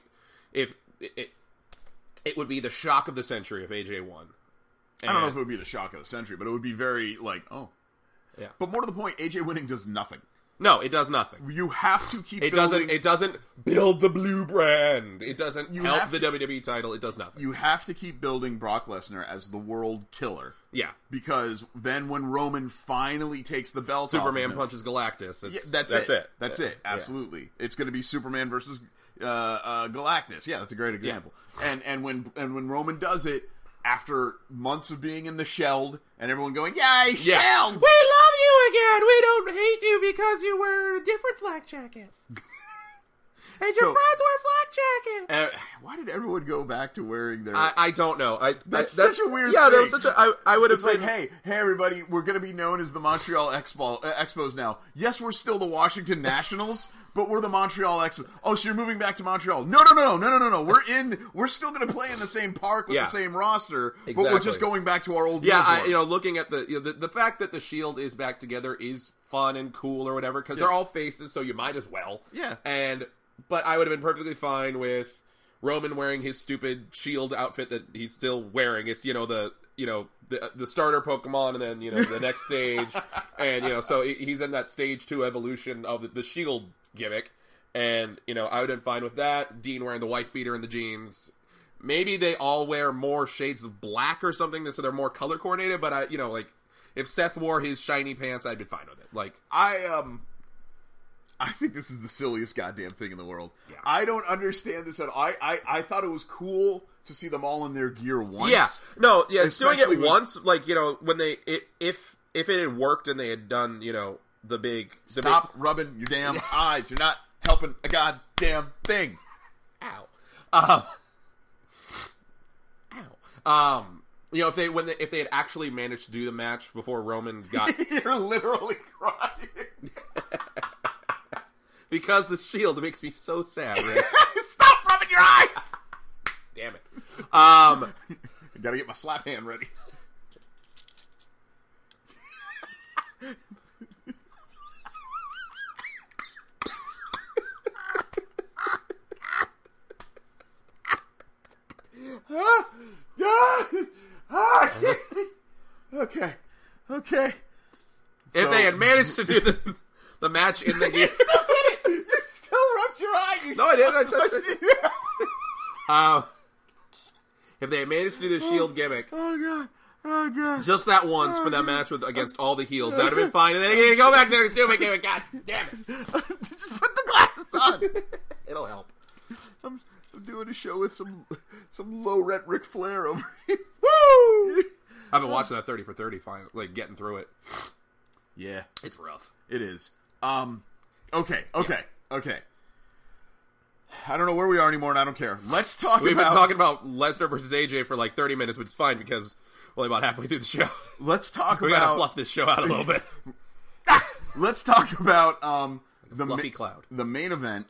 If it, it, it would be the shock of the century if AJ won. I don't know And- if it would be the shock of the century, but it would be very like oh. Yeah. But more to the point, AJ winning does nothing. No, it does nothing. You have to keep. It building- doesn't. It doesn't build the blue brand. It doesn't You help have the to- WWE title. It does nothing. you have to keep building Brock Lesnar as the world killer. yeah. Because then when Roman finally takes the belt off of Superman him- punches Galactus. It's, Yeah, that's, it. That's it. Yeah. Absolutely. It's going to be Superman versus uh, uh, Galactus. Yeah, that's a great example. And and when and when Roman does it after months of being in the shelled and everyone going, "Yay, Yeah. shelled!" love you again. We don't hate you because you wear a different flak jacket. and So- friends wear flak Uh, jackets. why did everyone go back to wearing their? I, I don't know. I that- that's, such a weird. Yeah, thing. that was such a. I, I would have It's like, been. hey, hey, everybody, we're going to be known as the Montreal Expo, uh, Expos now. Yes, we're still the Washington Nationals, but we're the Montreal Expos. Oh, so you're moving back to Montreal? No, no, no, no, no, no, no. We're in. We're still going to play in the same park with Yeah. the same roster, but we're just Exactly. going back to our old. yeah, I, uniforms. you know, looking at the, you know, the the fact that the shield is back together is fun and cool or whatever because they're all faces, so you might as well. Yeah. And but I would have been perfectly fine with Roman wearing his stupid shield outfit that he's still wearing. It's you know the you know the the starter Pokemon and then you know the next stage and you know so he- he's in that stage two evolution of the, the shield gimmick. And, you know, I would have been fine with that. Dean wearing the wife beater and the jeans. Maybe they all wear more shades of black or something so they're more color coordinated, but I, you know, like if Seth wore his shiny pants, I'd be fine with it. Like, I um I think this is the silliest goddamn thing in the world. Yeah. I don't understand this at all. I, I I thought it was cool to see them all in their gear once. Yeah, no, yeah, it's doing it Especially when- once, like you know, when they it, if if it had worked and they had done, you know, the big the big- Stop rubbing your damn eyes. You're not helping a goddamn thing. ow, um, ow, um, you know, if they when they, if they had actually managed to do the match before Roman got You're literally crying. because the Shield makes me so sad. Rick. Stop rubbing your eyes. Damn it. Um, I gotta get my slap hand ready. Ah, ah, ah, okay, okay. if they had managed to do the, the match in the gear, You still rubbed your eye. You no, I didn't. I said- um, if they had managed to do the Shield gimmick. oh god. Oh god. Oh, Just that once for that match with against all the heels. That would have been fine. And then again, go back there and still make it. God damn it. Just put the glasses on. It'll help. I'm, I'm doing a show with some some low rent Ric Flair over here. Woo! I've been watching that 30 for 30, finally, like getting through it. Yeah, It's rough. it is. Um, okay, okay, okay. I don't know where we are anymore, and I don't care. Let's talk. We've about, been talking about Lesnar versus AJ for like 30 minutes, which is fine because we're only about halfway through the show. Let's talk We gotta about. fluff this show out a little bit. Let's talk about um the Fluffy ma- cloud. the main event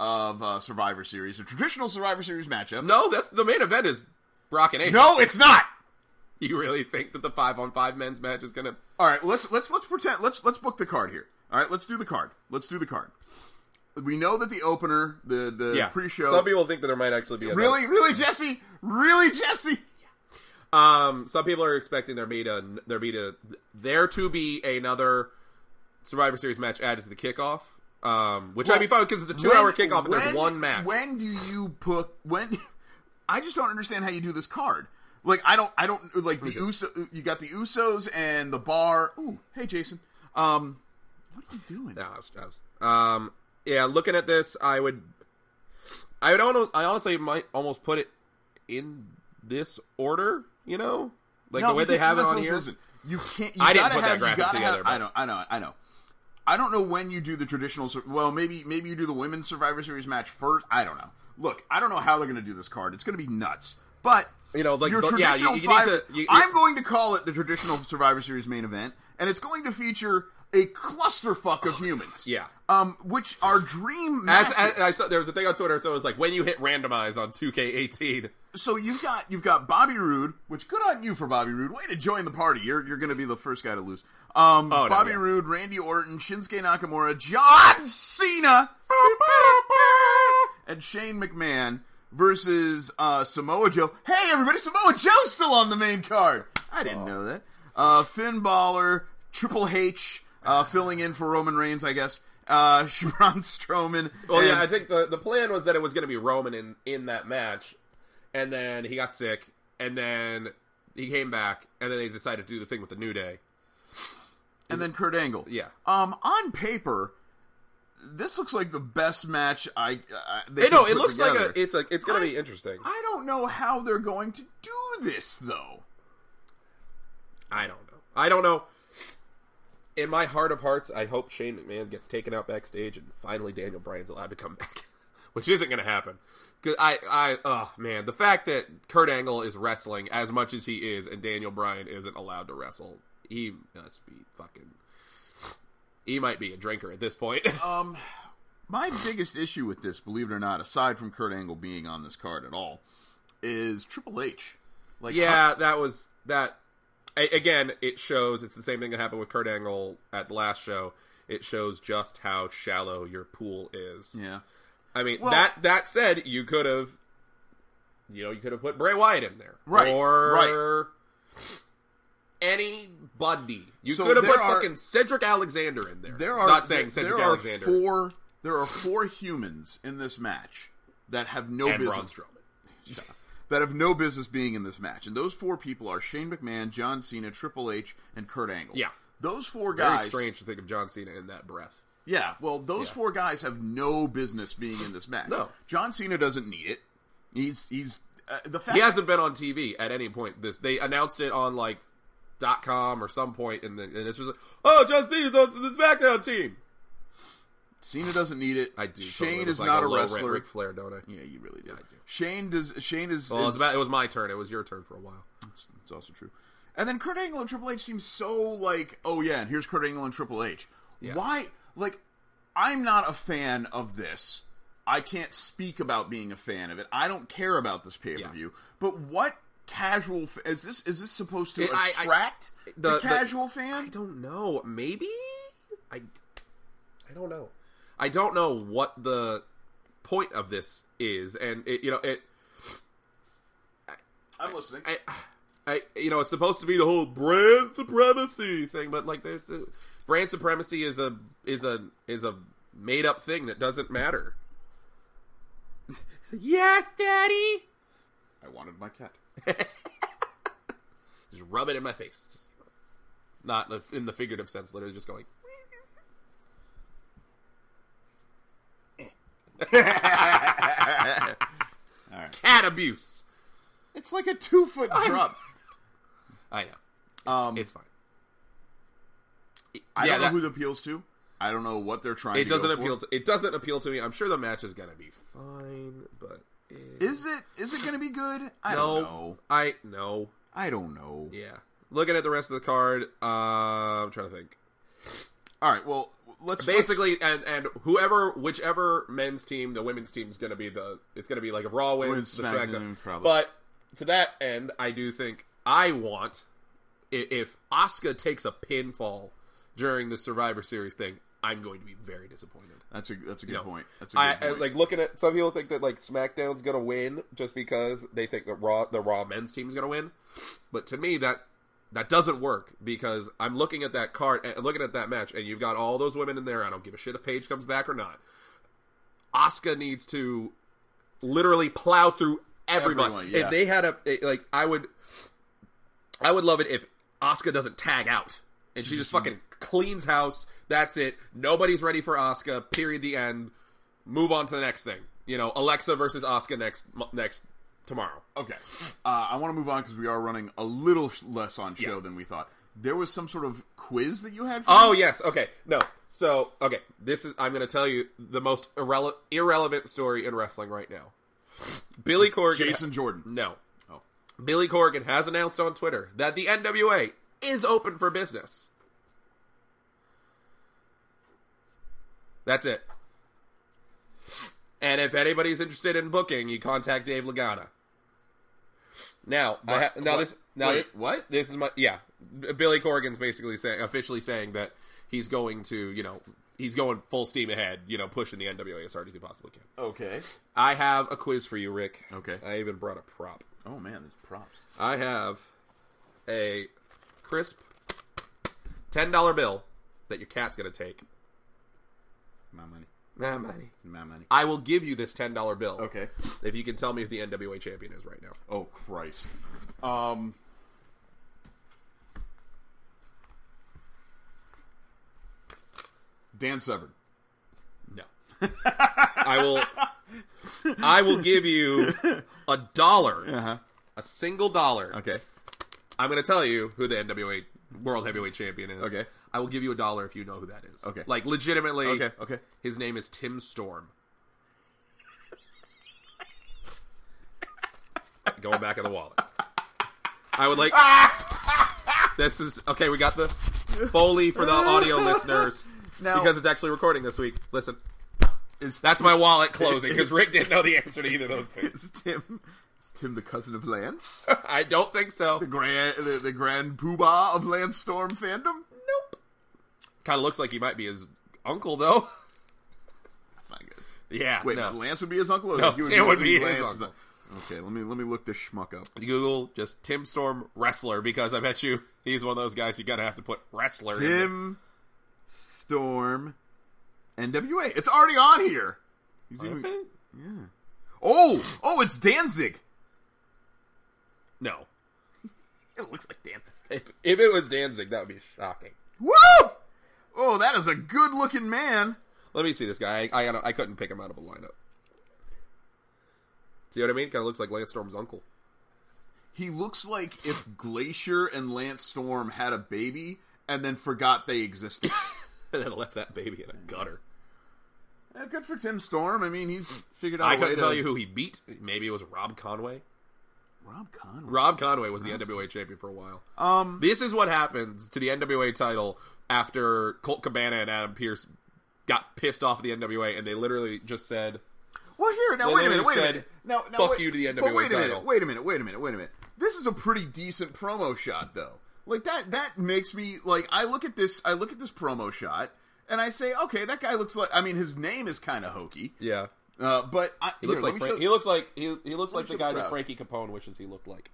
of uh, Survivor Series, a traditional Survivor Series matchup. No, that's the main event is Brock and AJ. no, it's not. You really think that the five on five men's match is gonna? All right, let's let's let's pretend let's let's book the card here. All right, let's do the card. Let's do the card. We know that the opener, the the pre-show, Some people think that there might actually be a really, really, Jesse, really, Jesse. Um, some people are expecting there be to there be to there to be another Survivor Series match added to the kickoff. Um, which I'd be fine because it's a two-hour When- kickoff and there's when- one match. When do you put when? I just don't understand how you do this card. Like I don't, I don't like the Uso. You got the Usos and the Bar. Ooh, hey Jason. Um, what are you doing? no, I was, I was- um, yeah, looking at this, I would, I would almost, I honestly might almost put it in this order. You know, like No, the way they because- have it listen, on listen, here. listen. You can't. You I didn't gotta put that have, you graphic gotta together, have- but- I know. I know. I know. I don't know when you do the traditional. sur- Well, maybe maybe you do the women's Survivor Series match first. I don't know. Look, I don't know how they're going to do this card. It's going to be nuts. But You know, like, your the- yeah, you- traditional you need five- to- you- you- I'm going to call it the traditional Survivor Series main event, and it's going to feature a clusterfuck of humans. Yeah. Um, which are dream As, matches. as, I saw, there was a thing on Twitter, so it was like when you hit randomize on 2K18. so you've got you've got Bobby Roode, which good on you for Bobby Roode. Way to join the party. You're you're going to be the first guy to lose. Um, Oh, no, Bobby yeah. Roode, Randy Orton, Shinsuke Nakamura, John Cena, and Shane McMahon versus uh, Samoa Joe. Hey, everybody, Samoa Joe's still on the main card. I didn't Oh. know that. Uh, Finn Balor, Triple H, uh, filling in for Roman Reigns, I guess. Uh, Braun Strowman. Well, yeah, and- I think the the plan was that it was going to be Roman in in that match, and then he got sick, and then he came back, and then they decided to do the thing with the New Day. and then Kurt Angle. Yeah. Um, on paper, this looks like the best match I. I they Hey, no, could it put looks together. like a, it's like it's going to be interesting. I don't know how they're going to do this though. I don't know. I don't know. In my heart of hearts, I hope Shane McMahon gets taken out backstage, and finally Daniel Bryan's allowed to come back, which isn't going to happen. 'Cause I, I, oh man, the fact that Kurt Angle is wrestling as much as he is, and Daniel Bryan isn't allowed to wrestle, he must be fucking. He might be a drinker at this point. Um, my biggest issue with this, believe it or not, aside from Kurt Angle being on this card at all, is Triple H. Like, yeah, that was that. A- again, it shows it's the same thing that happened with Kurt Angle at the last show. It shows just how shallow your pool is. how- yeah. I mean, Well- that that said, you could have, you know, you could have put Bray Wyatt in there, Right, Or anybody. You So could have there put are- fucking Cedric Alexander in there. There are not saying Cedric there are Alexander. four There are four humans in this match that have no and Braun business Strowman. that have no business being in this match, and those four people are Shane McMahon, John Cena, Triple H, and Kurt Angle. Yeah. those four Very guys. strange to think of John Cena in that breath. Yeah, well, those Yeah. four guys have no business being in this match. No. John Cena doesn't need it. He's he's uh, the fact He hasn't been on TV at any point. This they announced it on like dot com or some point, and then and it's just like, oh, John Cena's on the SmackDown team. Cena doesn't need it. I do. totally Shane look is like not a low-rent wrestler. Ric Flair, don't I? yeah, you really do. I do. Shane does. Shane is. Well, it's is- about, it was my turn. It was your turn for a while. It's, it's also true. And then Kurt Angle and Triple H seem so like, oh yeah, and here's Kurt Angle and Triple H. Yeah. Why? Like, I'm not a fan of this. I can't speak about being a fan of it. I don't care about this pay per view. But what casual f- is this? Is this supposed to It- I- I- attract the, the- the- casual I fan? don't know. Maybe I. I don't know. I don't know what the point of this is, and it, you know it. I'm listening. I, I, you know, it's supposed to be the whole brand supremacy thing, but like, there's a, brand supremacy is a is a is a made up thing that doesn't matter. yes, Daddy. I wanted my cat. Just rub it in my face. Just, not in the figurative sense. Literally, just going. Cat abuse. It's like a two foot drop. I know. Um, It's fine. I don't know that- who it appeals to. I don't know what they're trying. it to go doesn't for. appeal to it doesn't appeal to me. I'm sure the match is gonna be fine, but eh, Is it? Is it going to be good? I no, don't know. I no, I don't know. yeah. Looking at the rest of the card, uh, I'm trying to think. All right. Well, let's Basically, and and whoever, whichever men's team, the women's team is gonna be the it's gonna be like if Raw wins, Women's the SmackDown, SmackDown. probably. But to that end, I do think I want i- if Oscar takes a pinfall during the Survivor Series thing, I'm going to be very disappointed. That's a that's a good No. point. That's a good I, I- point. like looking at some people think that like SmackDown's gonna win just because they think that Raw the Raw men's team's gonna win, but to me that that doesn't work because I'm looking at that card and looking at that match and you've got all those women in there. I don't give a shit if Paige comes back or not. Asuka needs to literally plow through everybody. Everyone, yeah. If they had a it- like, I would, I would love it if Asuka doesn't tag out and she just fucking cleans house. That's it. Nobody's ready for Asuka. Period. The end. Move on to the next thing. You know, Alexa versus Asuka next mo- next tomorrow. okay, uh, I want to move on because we are running a little sh- less on show than we thought. There was some sort of quiz that you had. For Oh me? yes, okay. No. So, okay, this is I'm going to tell you the most irrele- irrelevant story in wrestling right now. Billy Corgan Jason Jordan. No. Oh. Billy Corgan has announced on Twitter that the NWA is open for business. That's it. And if anybody's interested in booking, you contact Dave Lagana. Now, I ha- now What? this now Wait, thi- what? this is my yeah. B- Billy Corgan's basically saying officially saying that he's going to you know he's going full steam ahead you know pushing the NWA as hard as he possibly can. Okay. I have a quiz for you, Rick. Okay. I even brought a prop. Oh man, there's props. I have a crisp ten dollar bill that your cat's gonna take. My money. Nah, money. My money. I will give you this ten dollar bill. Okay. If you can tell me who the NWA champion is right now. Oh Christ. Um. Dan Severn. No. I will. I will give you a dollar, a single dollar. Okay. I'm going to tell you who the NWA World Heavyweight Champion is. Okay. I will give you a dollar if you know who that is. Okay. Like legitimately. Okay, okay. His name is Tim Storm. Going back in the wallet. I would like. this is okay. We got the Foley for the audio listeners Now- because it's actually recording this week. Listen, Is that's my wallet closing because Rick didn't know the answer to either of those things. Is Tim? Is Tim the cousin of Lance? I don't think so. the grand the, the grand poobah of Landstorm fandom? Nope. Kind of looks like he might be his uncle, though. That's not good. Yeah. Wait, no. Lance would be his uncle. Or No, you Tim would be his Lance's uncle. Okay, let me let me look this schmuck up. Google just Tim Storm wrestler because I bet you he's one of those guys you gotta have to put wrestler in. Tim Storm NWA. It's already on here. He's even- oh, oh, it's Danzig. No. It looks like Danzig. If, if it was Danzig, that would be shocking. Woo! Oh, that is a good-looking man. Let me see this guy. I I, gotta- I couldn't pick him out of a lineup. See what I mean? Kind of looks like Landstorm's uncle. He looks like if Glacier and Lance Storm had a baby and then forgot they existed. and then left that baby in a gutter. Eh, Good for Tim Storm. I mean, he's figured out. a I way couldn't to... tell you who he beat. Maybe it was Rob Conway. Rob Conway. Rob Conway was the NWA champion for a while. Uh-huh. Um, This is what happens to the NWA title after Colt Cabana and Adam Pierce got pissed off at the NWA, and they literally just said, Well, here now. They Wait a literally minute. Wait a said, minute. Now, now, "Fuck wait, you to the but NWA wait a title." Minute, wait a minute. Wait a minute. Wait a minute. This is a pretty decent promo shot, though. Like that. That makes me like. I look at this. I look at this promo shot, and I say, okay, that guy looks like. I mean, his name is kind of hokey. "Yeah, Uh, but I, he looks here, let like me Frank- show- he looks like he, he looks Let me like the show guy the that crowd. Frankie Capone wishes he looked like."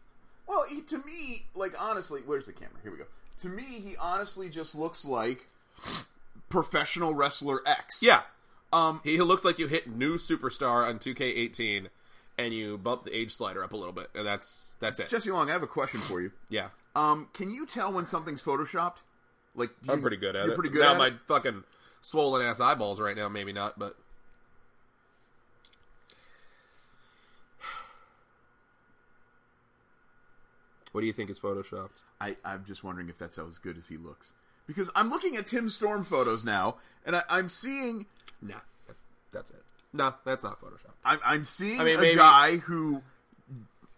Well, he, to me, like honestly, where's the camera? Here we go. To me, he honestly just looks like professional wrestler X. Yeah, um, he looks like you hit new superstar on 2K18, and you bump the age slider up a little bit, and that's that's it. Jesse Long, I have a question for you. yeah, Um, can you tell when something's photoshopped? Like, do I'm you- pretty good at you're it. Pretty good. Now at my it? fucking swollen ass eyeballs right now, maybe not, but what do you think is photoshopped? I, I'm just wondering if that's how as good as he looks. Because I'm looking at Tim Storm photos now, and I, I'm seeing, Nah, that- that's it. Nah, that's not photoshopped. I'm, I'm seeing mean, a maybe- guy who,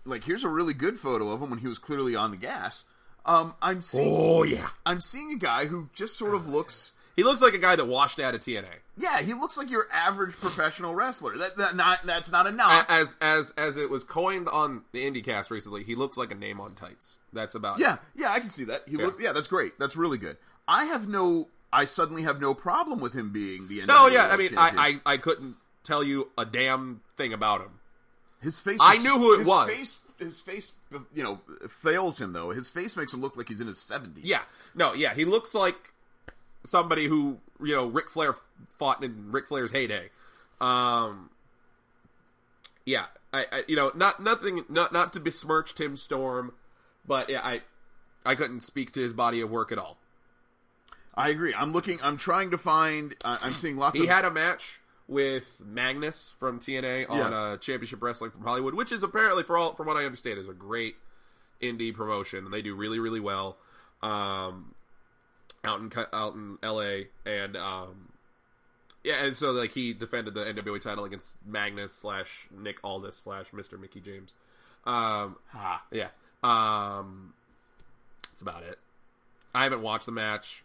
like, here's a really good photo of him when he was clearly on the gas. Um, I'm seeing, Oh yeah, I'm seeing a guy who just sort of looks, he looks like a guy that washed out of TNA. yeah, he looks like your average professional wrestler. That, that not, that's not a knock. A- As as as it was coined on the IndyCast recently, he looks like a name on tights. That's about it. Yeah, yeah, I can see that. He looked. Yeah, that's great. That's really good. I have no. I suddenly have no problem with him being the. No, NWA yeah, I mean, champion. I, I I couldn't tell you a damn thing about him. his face. I knew who it his was. Face, his face, you know, fails him though. His face makes him look like he's in his seventies. Yeah. No, yeah, he looks like somebody who, you know, Ric Flair fought in Ric Flair's heyday. Um Yeah, I, I you know, not nothing not not to besmirch Tim Storm, but yeah, I I couldn't speak to his body of work at all. I agree. I'm looking. I'm trying to find. I, I'm seeing lots He of. had a match with Magnus from TNA on Yeah. uh, Championship Wrestling from Hollywood, which is apparently, for all from what I understand, is a great indie promotion, and they do really, really well um, out in Ca- out in LA. And um, yeah, and so like he defended the NWA title against Magnus slash Nick Aldis slash Mister Mickey James. Um, Ah. yeah, um, that's about it. I haven't watched the match.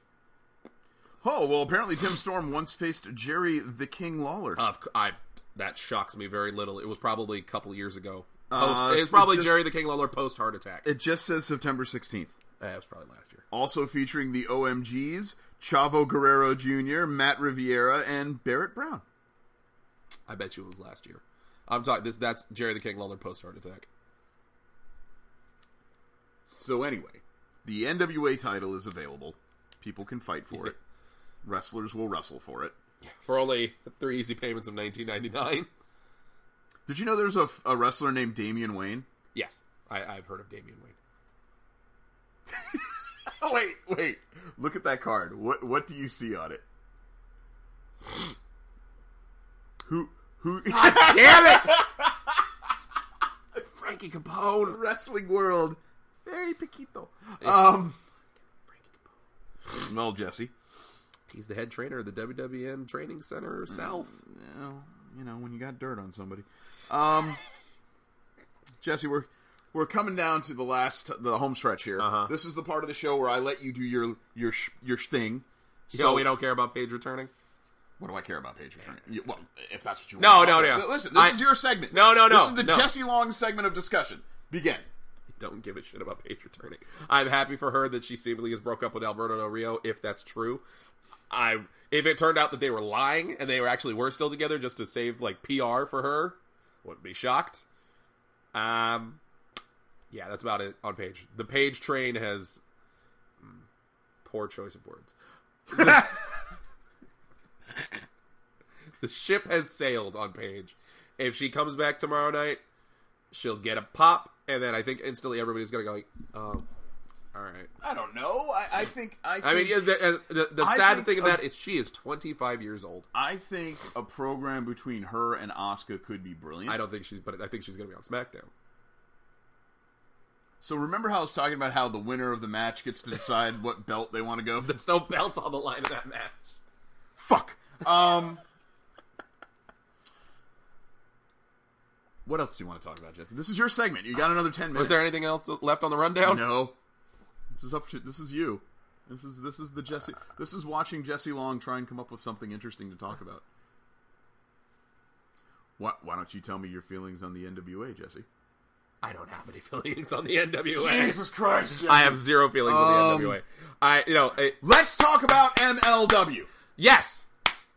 oh well, apparently Tim Storm once faced Jerry the King Lawler. Of, c- I that shocks me very little. It was probably a couple years ago. Uh, Post- it's- it's probably it's just- Jerry the King Lawler post heart attack. it just says September 16th. Eh, it was probably last year. Also featuring the OMGs, Chavo Guerrero Jr., Matt Riviera, and Barrett Brown. I bet you it was last year. I'm talking this. That's Jerry the King Lawler post heart attack. So anyway, the NWA title is available. People can fight for it. Wrestlers will wrestle for it. For only three easy payments of 1999. Did you know there's a, a wrestler named Damian Wayne? Yes, I, I've heard of Damian Wayne. Oh wait, wait. Look at that card. What what do you see on it? Who who Damn it, Frankie Capone. wrestling world? Very piquito. Um Well, Jesse. He's the head trainer of the WWN Training Center South. Mm-hmm. Well, you know, when you got dirt on somebody. Um, Jesse, we're we're coming down to the last the home stretch here. Uh-huh. This is the part of the show where I let you do your your sh- your sting. So we don't care about Paige returning. What do I care about Paige returning? You- Well, if that's what you No, want. no, no. Listen, this I- is your segment. No, no, no, This is the no. Jesse Long segment of discussion. Begin. don't give a shit about Paige returning. I'm happy for her that she seemingly has broke up with Alberto Del Rio, if that's true. I if it turned out that they were lying and they were actually were still together just to save like PR for her, wouldn't be shocked. Um yeah, that's about it on page. The page train has hmm, mm, poor choice of words. The ship has sailed on Paige. If she comes back tomorrow night, she'll get a pop, and then I think instantly everybody's gonna go like, "Oh, all right." I don't know. I, I think. I, think I mean, yeah, the, the, the I sad think thing of a- that is she is 25 years old. I think a program between her and Oscar could be brilliant. I don't think she's, but I think she's going to be on SmackDown. So remember how I was talking about how the winner of the match gets to decide what belt they want to go? There's no belt on the line in that match. Fuck. Um. What else do you want to talk about, Justin? This is your segment. You got another ten minutes. Was there anything else left on the rundown? No. This is up to this is you. This is this is the Jesse. This is watching Jesse Long try and come up with something interesting to talk about. Why, why don't you tell me your feelings on the NWA, Jesse? I don't have any feelings on the NWA. Christ, Jesse. I have zero feelings on Um, the NWA. I, you know, it, Let's talk about MLW. yes.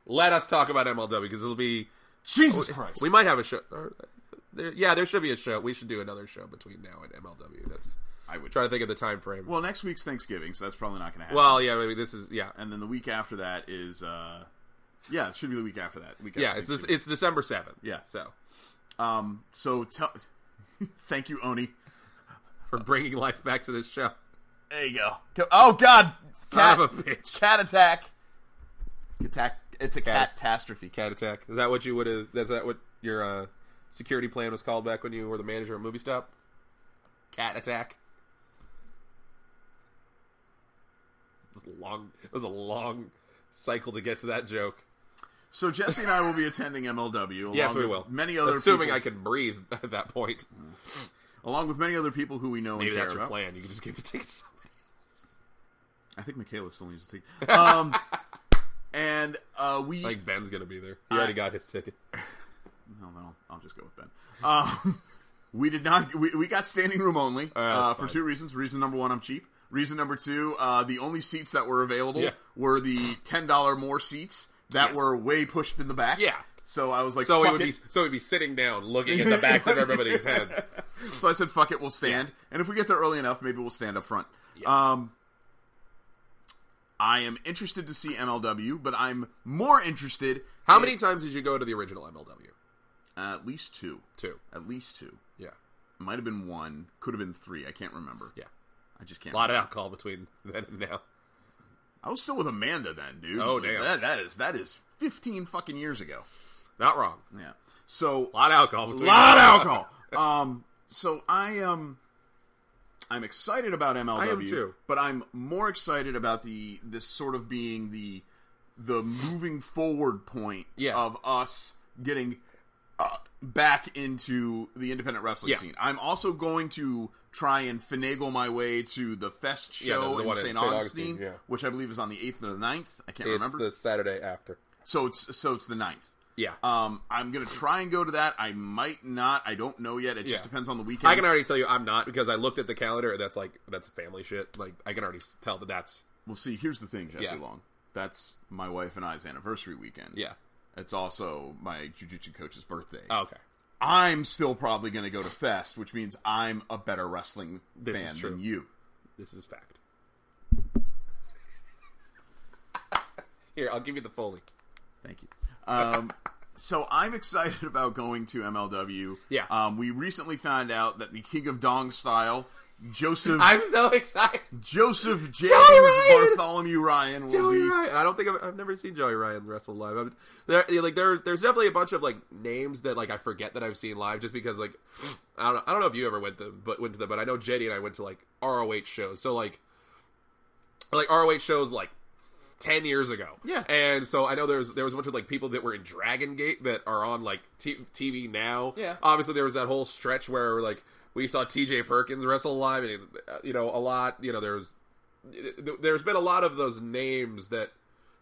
Let us talk about MLW because it'll be. Jesus Christ. We might have a show. Or, there, yeah, there should be a show. We should do another show between now and MLW. That's. I would Trying to think of the time frame. Well, Well, next week's Thanksgiving, so that's probably not going to happen. yeah, maybe this is yeah, and then the week after that is, uh, yeah, it should be the week after that. Week yeah. after It's it's, Thanksgiving. it's December seventh. Yeah. So um. So tell, thank you, Oni. for bringing life back to this show. There you go. Co- Oh God, Son of a bitch. cat attack. Attack. It's a Cat- catastrophe. Cat attack. Is that what you would have? Is that what your uh, security plan was called back when you were the manager at Movie Stop? Cat attack. It was a long. It was a long cycle to get to that joke. So Jesse and I will be attending MLW. Along Yes, we with will. Many other assuming people, I can breathe at that point. along with many other people who we know Maybe and care that's your about. plan. You can just give the ticket to somebody. I think Michaela still needs to take. Um, and uh, we. I think Ben's gonna be there. He already got his ticket. no, no, Oh, I'll just go with Ben. Um, we did not. We, we got standing room only right, uh, Oh, that's for fine. two reasons. Reason number one, I'm cheap. Reason number two, uh, the only seats that were available Yeah. were the ten dollar more seats that Yes. were way pushed in the back. Yeah. So I was like, So fuck he would it. be. So he'd be sitting down, looking at the backs of everybody's heads. So I said, "Fuck it, we'll stand." And if we get there early enough, maybe we'll stand up front. Um, I am interested to see MLW, but I'm more interested. How in- many times did you go to the original MLW? Uh, at least two. Two. At least two. Yeah. Might have been one. Could have been three. I can't remember. Yeah. I just can't. A lot of alcohol between then and now. I was still with Amanda then, dude. Oh, damn. That, that is that is fifteen fucking years ago. Not wrong. Yeah. So A lot of alcohol. Between lot of alcohol. Um, so I um, I'm excited about MLW, I am too. but I'm more excited about the this sort of being the the moving forward point Yeah. of us getting uh, back into the independent wrestling Yeah. scene. I'm also going to try and finagle my way to the Fest Yeah, the- show the in one in St. St. Augustine, Augustine, yeah. which I believe is on the 8th or the 9th. I can't It's remember. the Saturday after. So it's so it's the 9th. Yeah. Um, I'm gonna try and go to that. I might not. I don't know yet. It just Yeah. depends on the weekend. I can already tell you I'm not because I looked at the calendar. That's like that's family shit. Like I can already s- tell that that's Well, see, here's the thing, Jesse Yeah. Long. That's my wife and I's anniversary weekend. yeah. It's also my jujitsu coach's birthday. Oh, okay. I'm still probably gonna go to Fest, which means I'm a better wrestling This fan is true. than you. This is fact. Here, I'll give you the foley. Thank you. Um, so I'm excited about going to MLW. Yeah. Um, we recently found out that the King of Dong style, Joseph so excited. Joseph James Ryan! Bartholomew Ryan will Joey be Ryan. I don't think I've, I've never seen Joey Ryan wrestle live. I'm, there, yeah, like there, there's definitely a bunch of like names that like I forget that I've seen live just because like I don't know, I don't know if you ever went them, but went to them, but I know Jetty and I went to like ROH shows. So like like ROH shows like ten years ago. Yeah. and so I know there was there was a bunch of like people that were in Dragon Gate that are on like t- TV now. Yeah. obviously there was that whole stretch where like we saw T.J. Perkins wrestle live, and uh, you know a lot. You know there's th- there's been a lot of those names that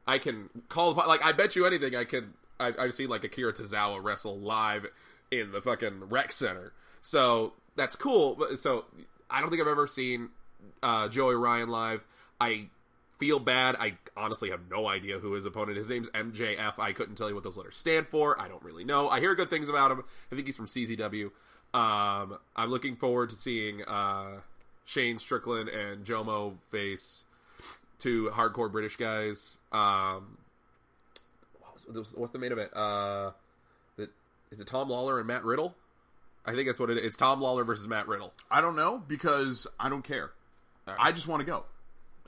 I can call upon. Like I bet you anything, I can. I, I've seen like Akira Tozawa wrestle live in the fucking rec center, so that's cool. But so I don't think I've ever seen uh, Joey Ryan live. I feel bad. I honestly have no idea who his opponent. His name's MJF. I couldn't tell you what those letters stand for. I don't really know. I hear good things about him. I think he's from CZW. Um, I'm looking forward to seeing uh, Shane Strickland and Jomo face two hardcore British guys. Um, what was- this- what's the main event? Uh, the, is it Tom Lawler and Matt Riddle? I think that's what it is. It's Tom Lawler versus Matt Riddle. I don't know because I don't care. I just want to go.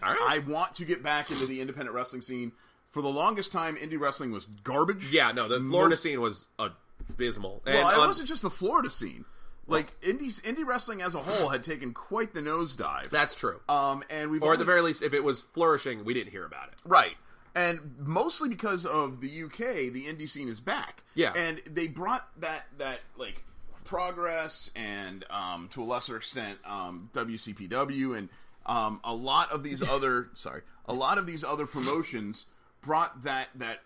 All right. I want to get back into the independent wrestling scene. For the longest time, indie wrestling was garbage. yeah, no, the Florida Most- scene was abysmal. And Well, it on- wasn't just the Florida scene. Like indies, indie wrestling as a whole had taken quite the nosedive. that's true. um, and we've or at only- the very least, if it was flourishing, we didn't hear about it. Right. And mostly because of the UK, the indie scene is back. Yeah. And they brought that that like progress and um, to a lesser extent um, WCPW and um, a lot of these other sorry a lot of these other promotions brought that that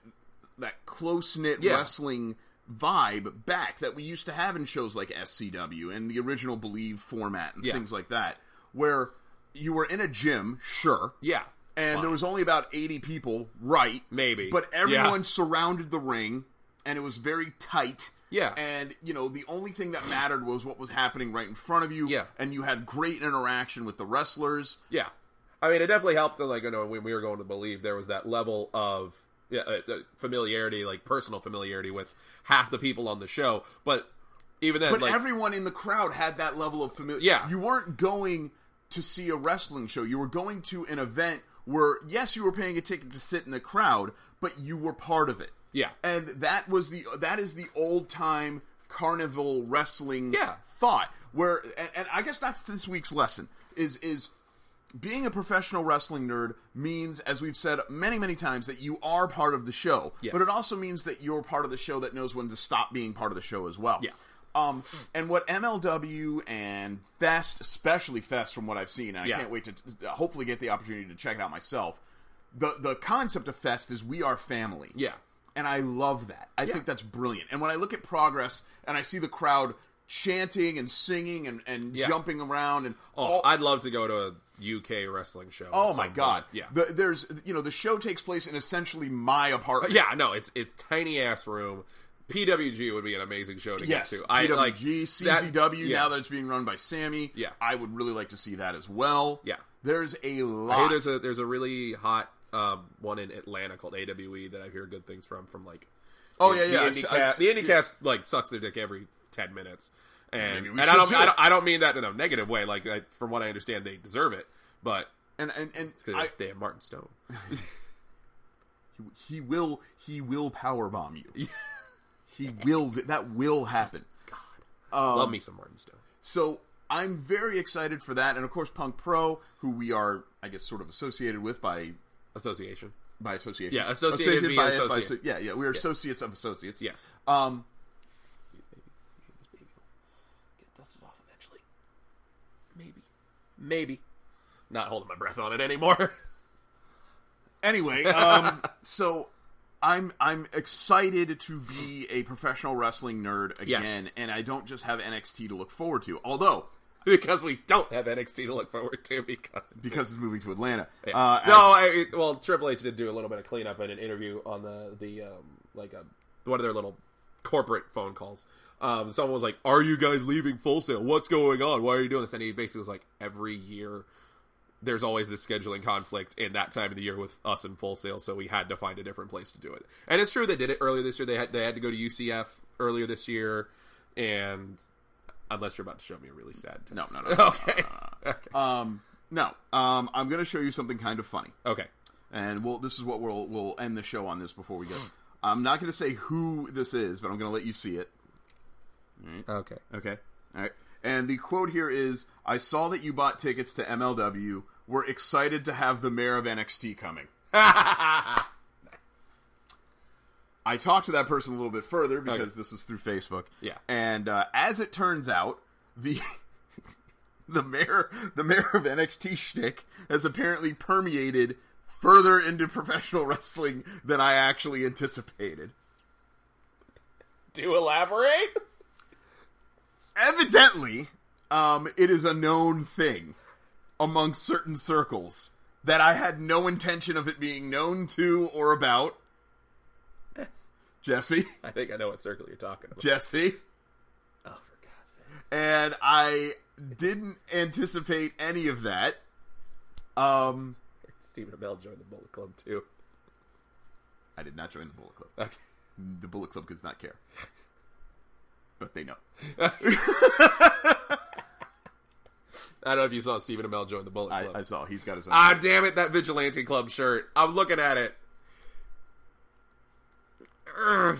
that close knit Yeah. wrestling vibe back that we used to have in shows like SCW and the original Believe format and Yeah. things like that where you were in a gym sure Yeah, and there was only about 80 people, right? Maybe. But Yeah. everyone surrounded the ring, and it was very tight. Yeah. And, you know, the only thing that mattered was what was happening right in front of you. Yeah. And you had great interaction with the wrestlers. Yeah, I mean, it definitely helped that, like, you know, when we were going to believe, there was that level of yeah, uh, uh, familiarity, like personal familiarity with half the people on the show. But even then, But like, everyone in the crowd had that level of familiar. Yeah. You weren't going to see a wrestling show. You were going to an event where, yes, you were paying a ticket to sit in the crowd, but you were part of it. Yeah. And that was the that is the old time carnival wrestling Yeah. thought. Where and, and I guess that's this week's lesson is is being a professional wrestling nerd means, as we've said many, many times, that you are part of the show. Yes. But it also means that you're part of the show that knows when to stop being part of the show as well. Yeah. Um, and what MLW and Fest, especially Fest, from what I've seen, and I Yeah. can't wait to to uh, hopefully get the opportunity to check it out myself. The the concept of Fest is we are family. Yeah. And I love that. I think that's brilliant. And when I look at progress and I see the crowd chanting and singing and, and Yeah. jumping around and oh, I'd love to go to a UK wrestling show. at Oh some my point. god! Yeah, The- there's you know the show takes place in essentially my apartment. yeah, no, it's it's tiny ass room. PWG would be an amazing show to Yes. get to. I I PWG, like CZW. yeah. Now that it's being run by Sammy. Yeah. I would really like to see that as well. Yeah. There's a lot. I hear there's a there's a really hot um, one in Atlanta called AWE that I hear good things from from like oh the- yeah, yeah. the it's- IndyCast, I- the IndyCast like sucks their dick every ten minutes, and Maybe we and I should don't, do I it. don't I don't mean that in a negative way. Like I, from what I understand, they deserve it, but and and and 'cause I, they have Martin Stone. he will he will power bomb you. he will. That will happen. Um, Love me some Martin Stone. So I'm very excited for that, and of course Punk Pro, who we are, I guess, sort of associated with by Association. by association. Yeah, associated via associate. asso- yeah, yeah. We're associates of associates. Yes. Um, Get dusted off eventually. Maybe. Maybe. Not holding my breath on it anymore. anyway, um, so I'm I'm excited to be a professional wrestling nerd Yes. again, and I don't just have NXT to look forward to. Although because we don't have NXT to look forward to because because it's moving to Atlanta, Yeah. uh, as- no, I well, Triple H did do a little bit of cleanup in an interview on the the um, like um one of their little corporate phone calls. Um, someone was like, "Are you guys leaving Full Sail? What's going on? Why are you doing this?" And he basically was like, "Every year, there's always this scheduling conflict in that time of the year with us in Full Sail, so we had to find a different place to do it." And it's true they did it earlier this year. They had they had to go to UCF earlier this year, and unless you're about to show me a really sad, text. no, no, no, no, okay, um, no, um, I'm going to show you something kind of funny, okay, and we'll this is what we'll we'll end the show on this before we go. I'm not going to say who this is, but I'm going to let you see it. okay. Okay. All right. And the quote here is I saw that you bought tickets to MLW. We're excited to have the mayor of NXT coming. I talked to that person a little bit further because this is through Facebook. Yeah. And uh, as it turns out, the. The mayor, the mayor of NXT shtick has apparently permeated further into professional wrestling than I actually anticipated. Do elaborate. evidently, um, it is a known thing among certain circles that I had no intention of it being known to or about. Jesse, I think I know what circle you're talking about. Jesse, Oh, for God's sake. and I didn't anticipate any of that. Um, Stephen Amell joined the Bullet Club too. I did not join the Bullet Club. Okay. The Bullet Club does not care, but they know. I don't know if you saw Stephen Amell join the Bullet I, Club. I saw he's got his own. ah, damn it, that Vigilante Club shirt. I'm looking at it. Ugh.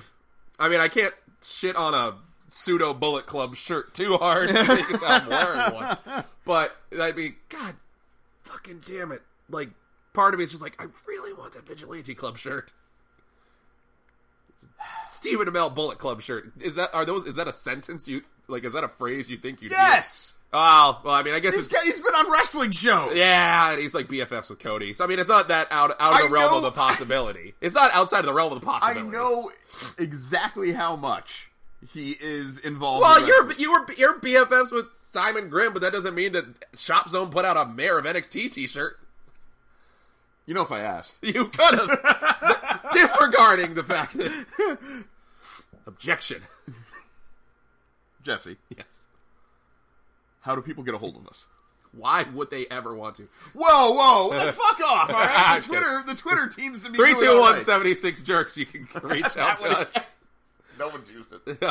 I mean, I can't shit on a pseudo Bullet Club shirt too hard because I'm wearing one. But I mean, God, fucking damn it! Like, part of me is just like, I really want that Vigilante Club shirt. Stephen Amell Bullet Club shirt. Is that are those? Is that a sentence you like? Is that a phrase you think you? yes, Oh well, I mean, I guess he's it's got, he's been on wrestling shows. yeah, and he's like BFFs with Cody. So I mean, it's not that out out of the I realm know- of the possibility. It's not outside of the realm of the I possibility. know exactly how much he is involved. Well, in you're wrestling. you were you're BFFs with Simon Grimm, but that doesn't mean that Shop Zone put out a Mayor of NXT T-shirt. you know if I asked, You could have disregarding the fact that objection. Jesse, Yes. how do people get a hold of us? Why would they ever want to? Whoa, whoa, what the fuck off! All I'm right, the kidding. Twitter, the Twitter teams to be Three, doing two, all one, right. seventy six jerks. You can reach out to us. No one's used it. You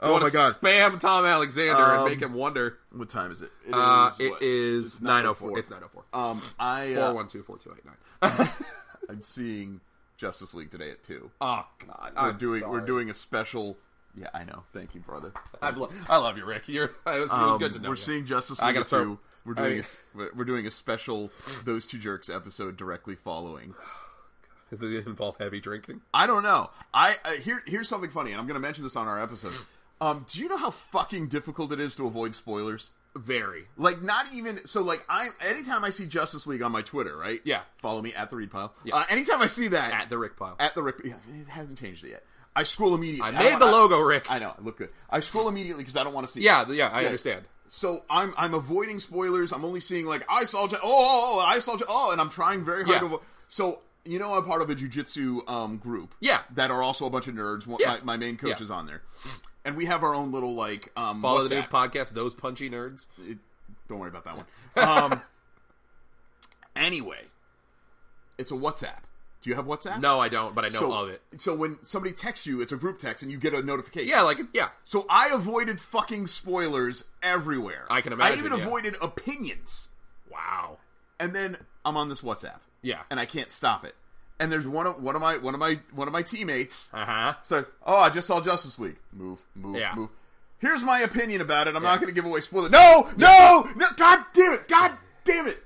Oh wanna my God. Spam Tom Alexander and make him wonder. What time is it? It Uh, is it what? is nine oh four. It's nine oh four. Um, I Four uh, one two four two eight nine. I'm seeing Justice League today at two. Oh God, we're I'm doing sorry. we're doing a special. Yeah, I know. Thank you, brother. Um, I, lo- I love you, Rick. You're. It was, it was good to know. We're you. seeing Justice I League gotta at start- two. We're I doing mean- a s we're we're doing a special those two jerks episode directly following. Does it involve heavy drinking? I don't know. I uh, here here's something funny, and I'm going to mention this on our episode. Um, do you know how fucking difficult it is to avoid spoilers? Very. Like not even so. Like I, anytime I see Justice League on my Twitter, right? Yeah. Follow me at the Read Pile. Yeah. Uh, anytime I see that At the Rick pile. at the Rick, yeah, it hasn't changed it yet. I scroll immediately. I don't- made the logo, Rick. I know. I look good. I scroll immediately because I don't want to see. it. yeah, th- yeah. I understand. So I'm I'm avoiding spoilers. I'm only seeing like I saw. Ju- oh, oh, oh, I saw. Ju- oh, and I'm trying very hard Yeah. to. Avo- so you know, I'm part of a jujitsu um, group. Yeah. That are also a bunch of nerds. One, Yeah. my, my main coach Yeah. is on there, and we have our own little like um, Follow the new WhatsApp podcast. Those punchy nerds. it, don't worry about that one. Um, anyway, it's a WhatsApp. Do you have WhatsApp? No, I don't, but I know of it. So when somebody texts you, it's a group text, and you get a notification. Yeah, like yeah. So I avoided fucking spoilers everywhere. I can I imagine, even yeah. avoided opinions, Wow. and then I'm on this WhatsApp. Yeah. And I can't stop it. And there's one of one of my one of my one of my teammates. Uh huh. So, oh, I just saw Justice League. Move, move, Yeah. move. Here's my opinion about it. I'm not going to give away spoilers. No, no, no. God damn it. God damn it.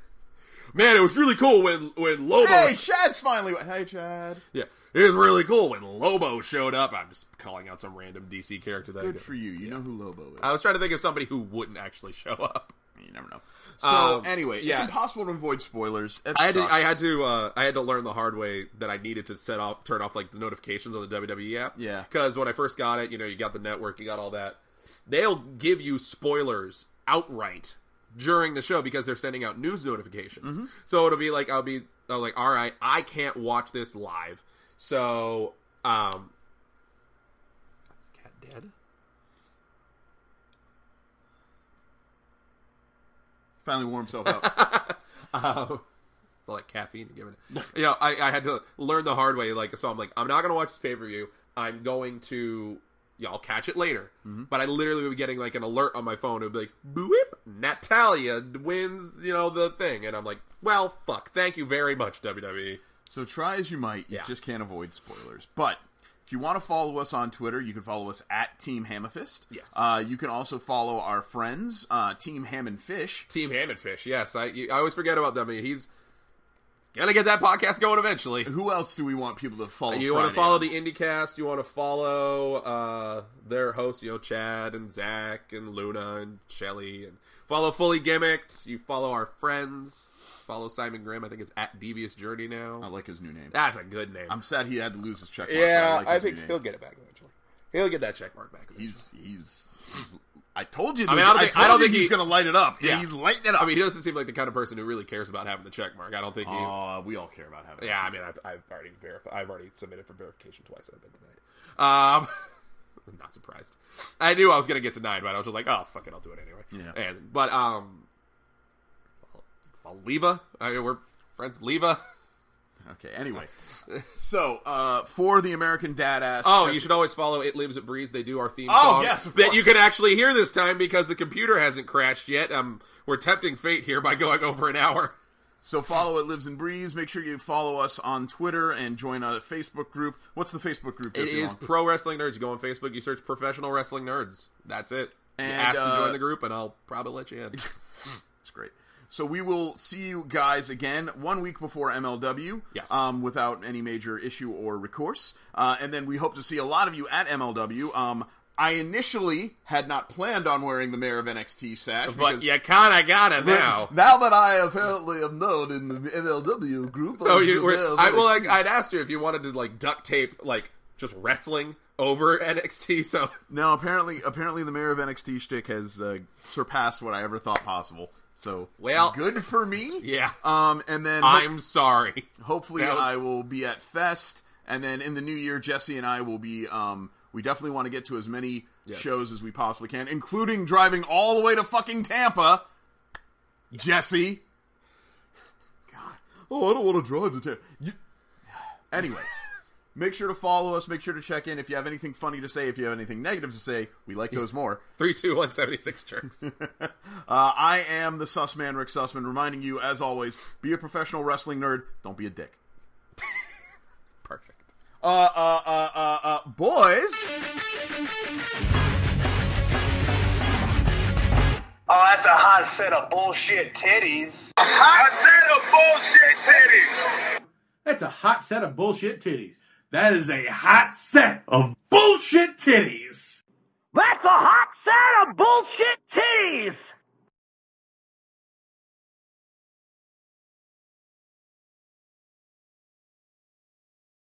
Man, it was really cool when when Lobo. Hey, Chad's finally. Hey, Chad. yeah, it was really cool when Lobo showed up. I'm just calling out some random DC character that I, Good did. for you. You know who Lobo is. I was trying to think of somebody who wouldn't actually show up. you never know. So Um, anyway, it's yeah. impossible to avoid spoilers. It I had to, sucks. I had to uh, I had to learn the hard way that I needed to set off turn off like the notifications on the WWE app. Yeah. because when I first got it, you know, you got the network, you got all that. They'll give you spoilers outright during the show because they're sending out news notifications. So it'll be like I'll be I'm like, all right, I can't watch this live, so um, cat dead. finally warm himself up. It's all like caffeine and giving it. You know, I, I had to learn the hard way. Like, so I'm like, I'm not gonna watch this pay per view. I'm going to, yeah, I'll catch it later. But I literally would be getting like an alert on my phone. It would be like, boop, Natalia wins, you know, the thing, and I'm like, well, fuck, thank you very much, E." WWE. so try as you might, you Yeah. just can't avoid spoilers. But if you want to follow us on Twitter, you can follow us at Team Hammerfist. Yes. Uh, you can also follow our friends, uh, Team Ham and Fish. Team Hammond Fish, yes, I, you- I always forget about them. He's gonna get that podcast going eventually. Who else do we want people to follow? You want to Friday follow on? the IndieCast. You want to follow uh, their hosts, you know, Chad and Zach and Luna and Shelly, and follow Fully Gimmicked. You follow our friends. Follow Simon Grimm. I think it's at Devious Journey now. I like his new name. That's a good name. I'm sad he had to lose his check. mark, Ah. yeah, but I, I, like his think new he'll name. get it back eventually. He'll get that check mark back. Eventually. He's, he's he's. I told you. I mean, I don't think- I told don't you think he's he- gonna light it up. Yeah. he's lighting it up. I mean, he doesn't seem like the kind of person who really cares about having the check mark. I don't think he. Aw, we all care about having. Yeah, I mean, I've, I've already verified. I've already submitted for verification twice. I've been denied. Um, I'm not surprised. I knew I was gonna get denied, but I was just like, oh fuck it, I'll do it anyway. Yeah. And but um, follow Leva. I mean, we're friends. Leva. Okay. Anyway, so uh, for the American Dad ass. Oh, you should always follow It Lives It Breathes. They do our theme Oh, song. yes, of That course. you can actually hear this time because the computer hasn't crashed yet. Um, we're tempting fate here by going over an hour. So follow it lives and breathes. Make sure you follow us on Twitter and join our Facebook group. What's the Facebook group? It Jesse is Long? Pro Wrestling Nerds. You go on Facebook, you search Professional Wrestling Nerds. That's it. And, you ask to uh, join the group, and I'll probably let you in. It's great. So we will see you guys again one week before MLW. Yes. Um, without any major issue or recourse. Uh, and then we hope to see a lot of you at MLW. Um, I initially had not planned on wearing the Mayor of NXT sash. But because- you kind of got it now. Now that I apparently am known in the MLW group, So I'm you the were, Mayor of I well, NXT. like, I'd asked you if you wanted to like duct tape like just wrestling over NXT. So No, apparently, apparently the mayor of NXT shtick has uh, surpassed what I ever thought possible. So, Well- good for me. Yeah. Um, and then ho- I'm sorry. hopefully that was- I will be at Fest, and then in the new year, Jesse and I will be. Um, we definitely want to get to as many Yes. shows as we possibly can, including driving all the way to fucking Tampa. Jesse. God. Oh, I don't want to drive to Tampa. You... Anyway. Make sure to follow us. Make sure to check in. If you have anything funny to say, if you have anything negative to say, we like those more. Three, two, one, seventy-six jerks. Uh, I am the Sussman, Rick Sussman, reminding you, as always, be a professional wrestling nerd. Don't be a dick. Perfect. Uh, uh, uh, uh, uh, boys. Oh, that's a hot set of bullshit titties. hot set of bullshit titties. That's a hot set of bullshit titties. That is a hot set of bullshit titties. That's a hot set of bullshit titties!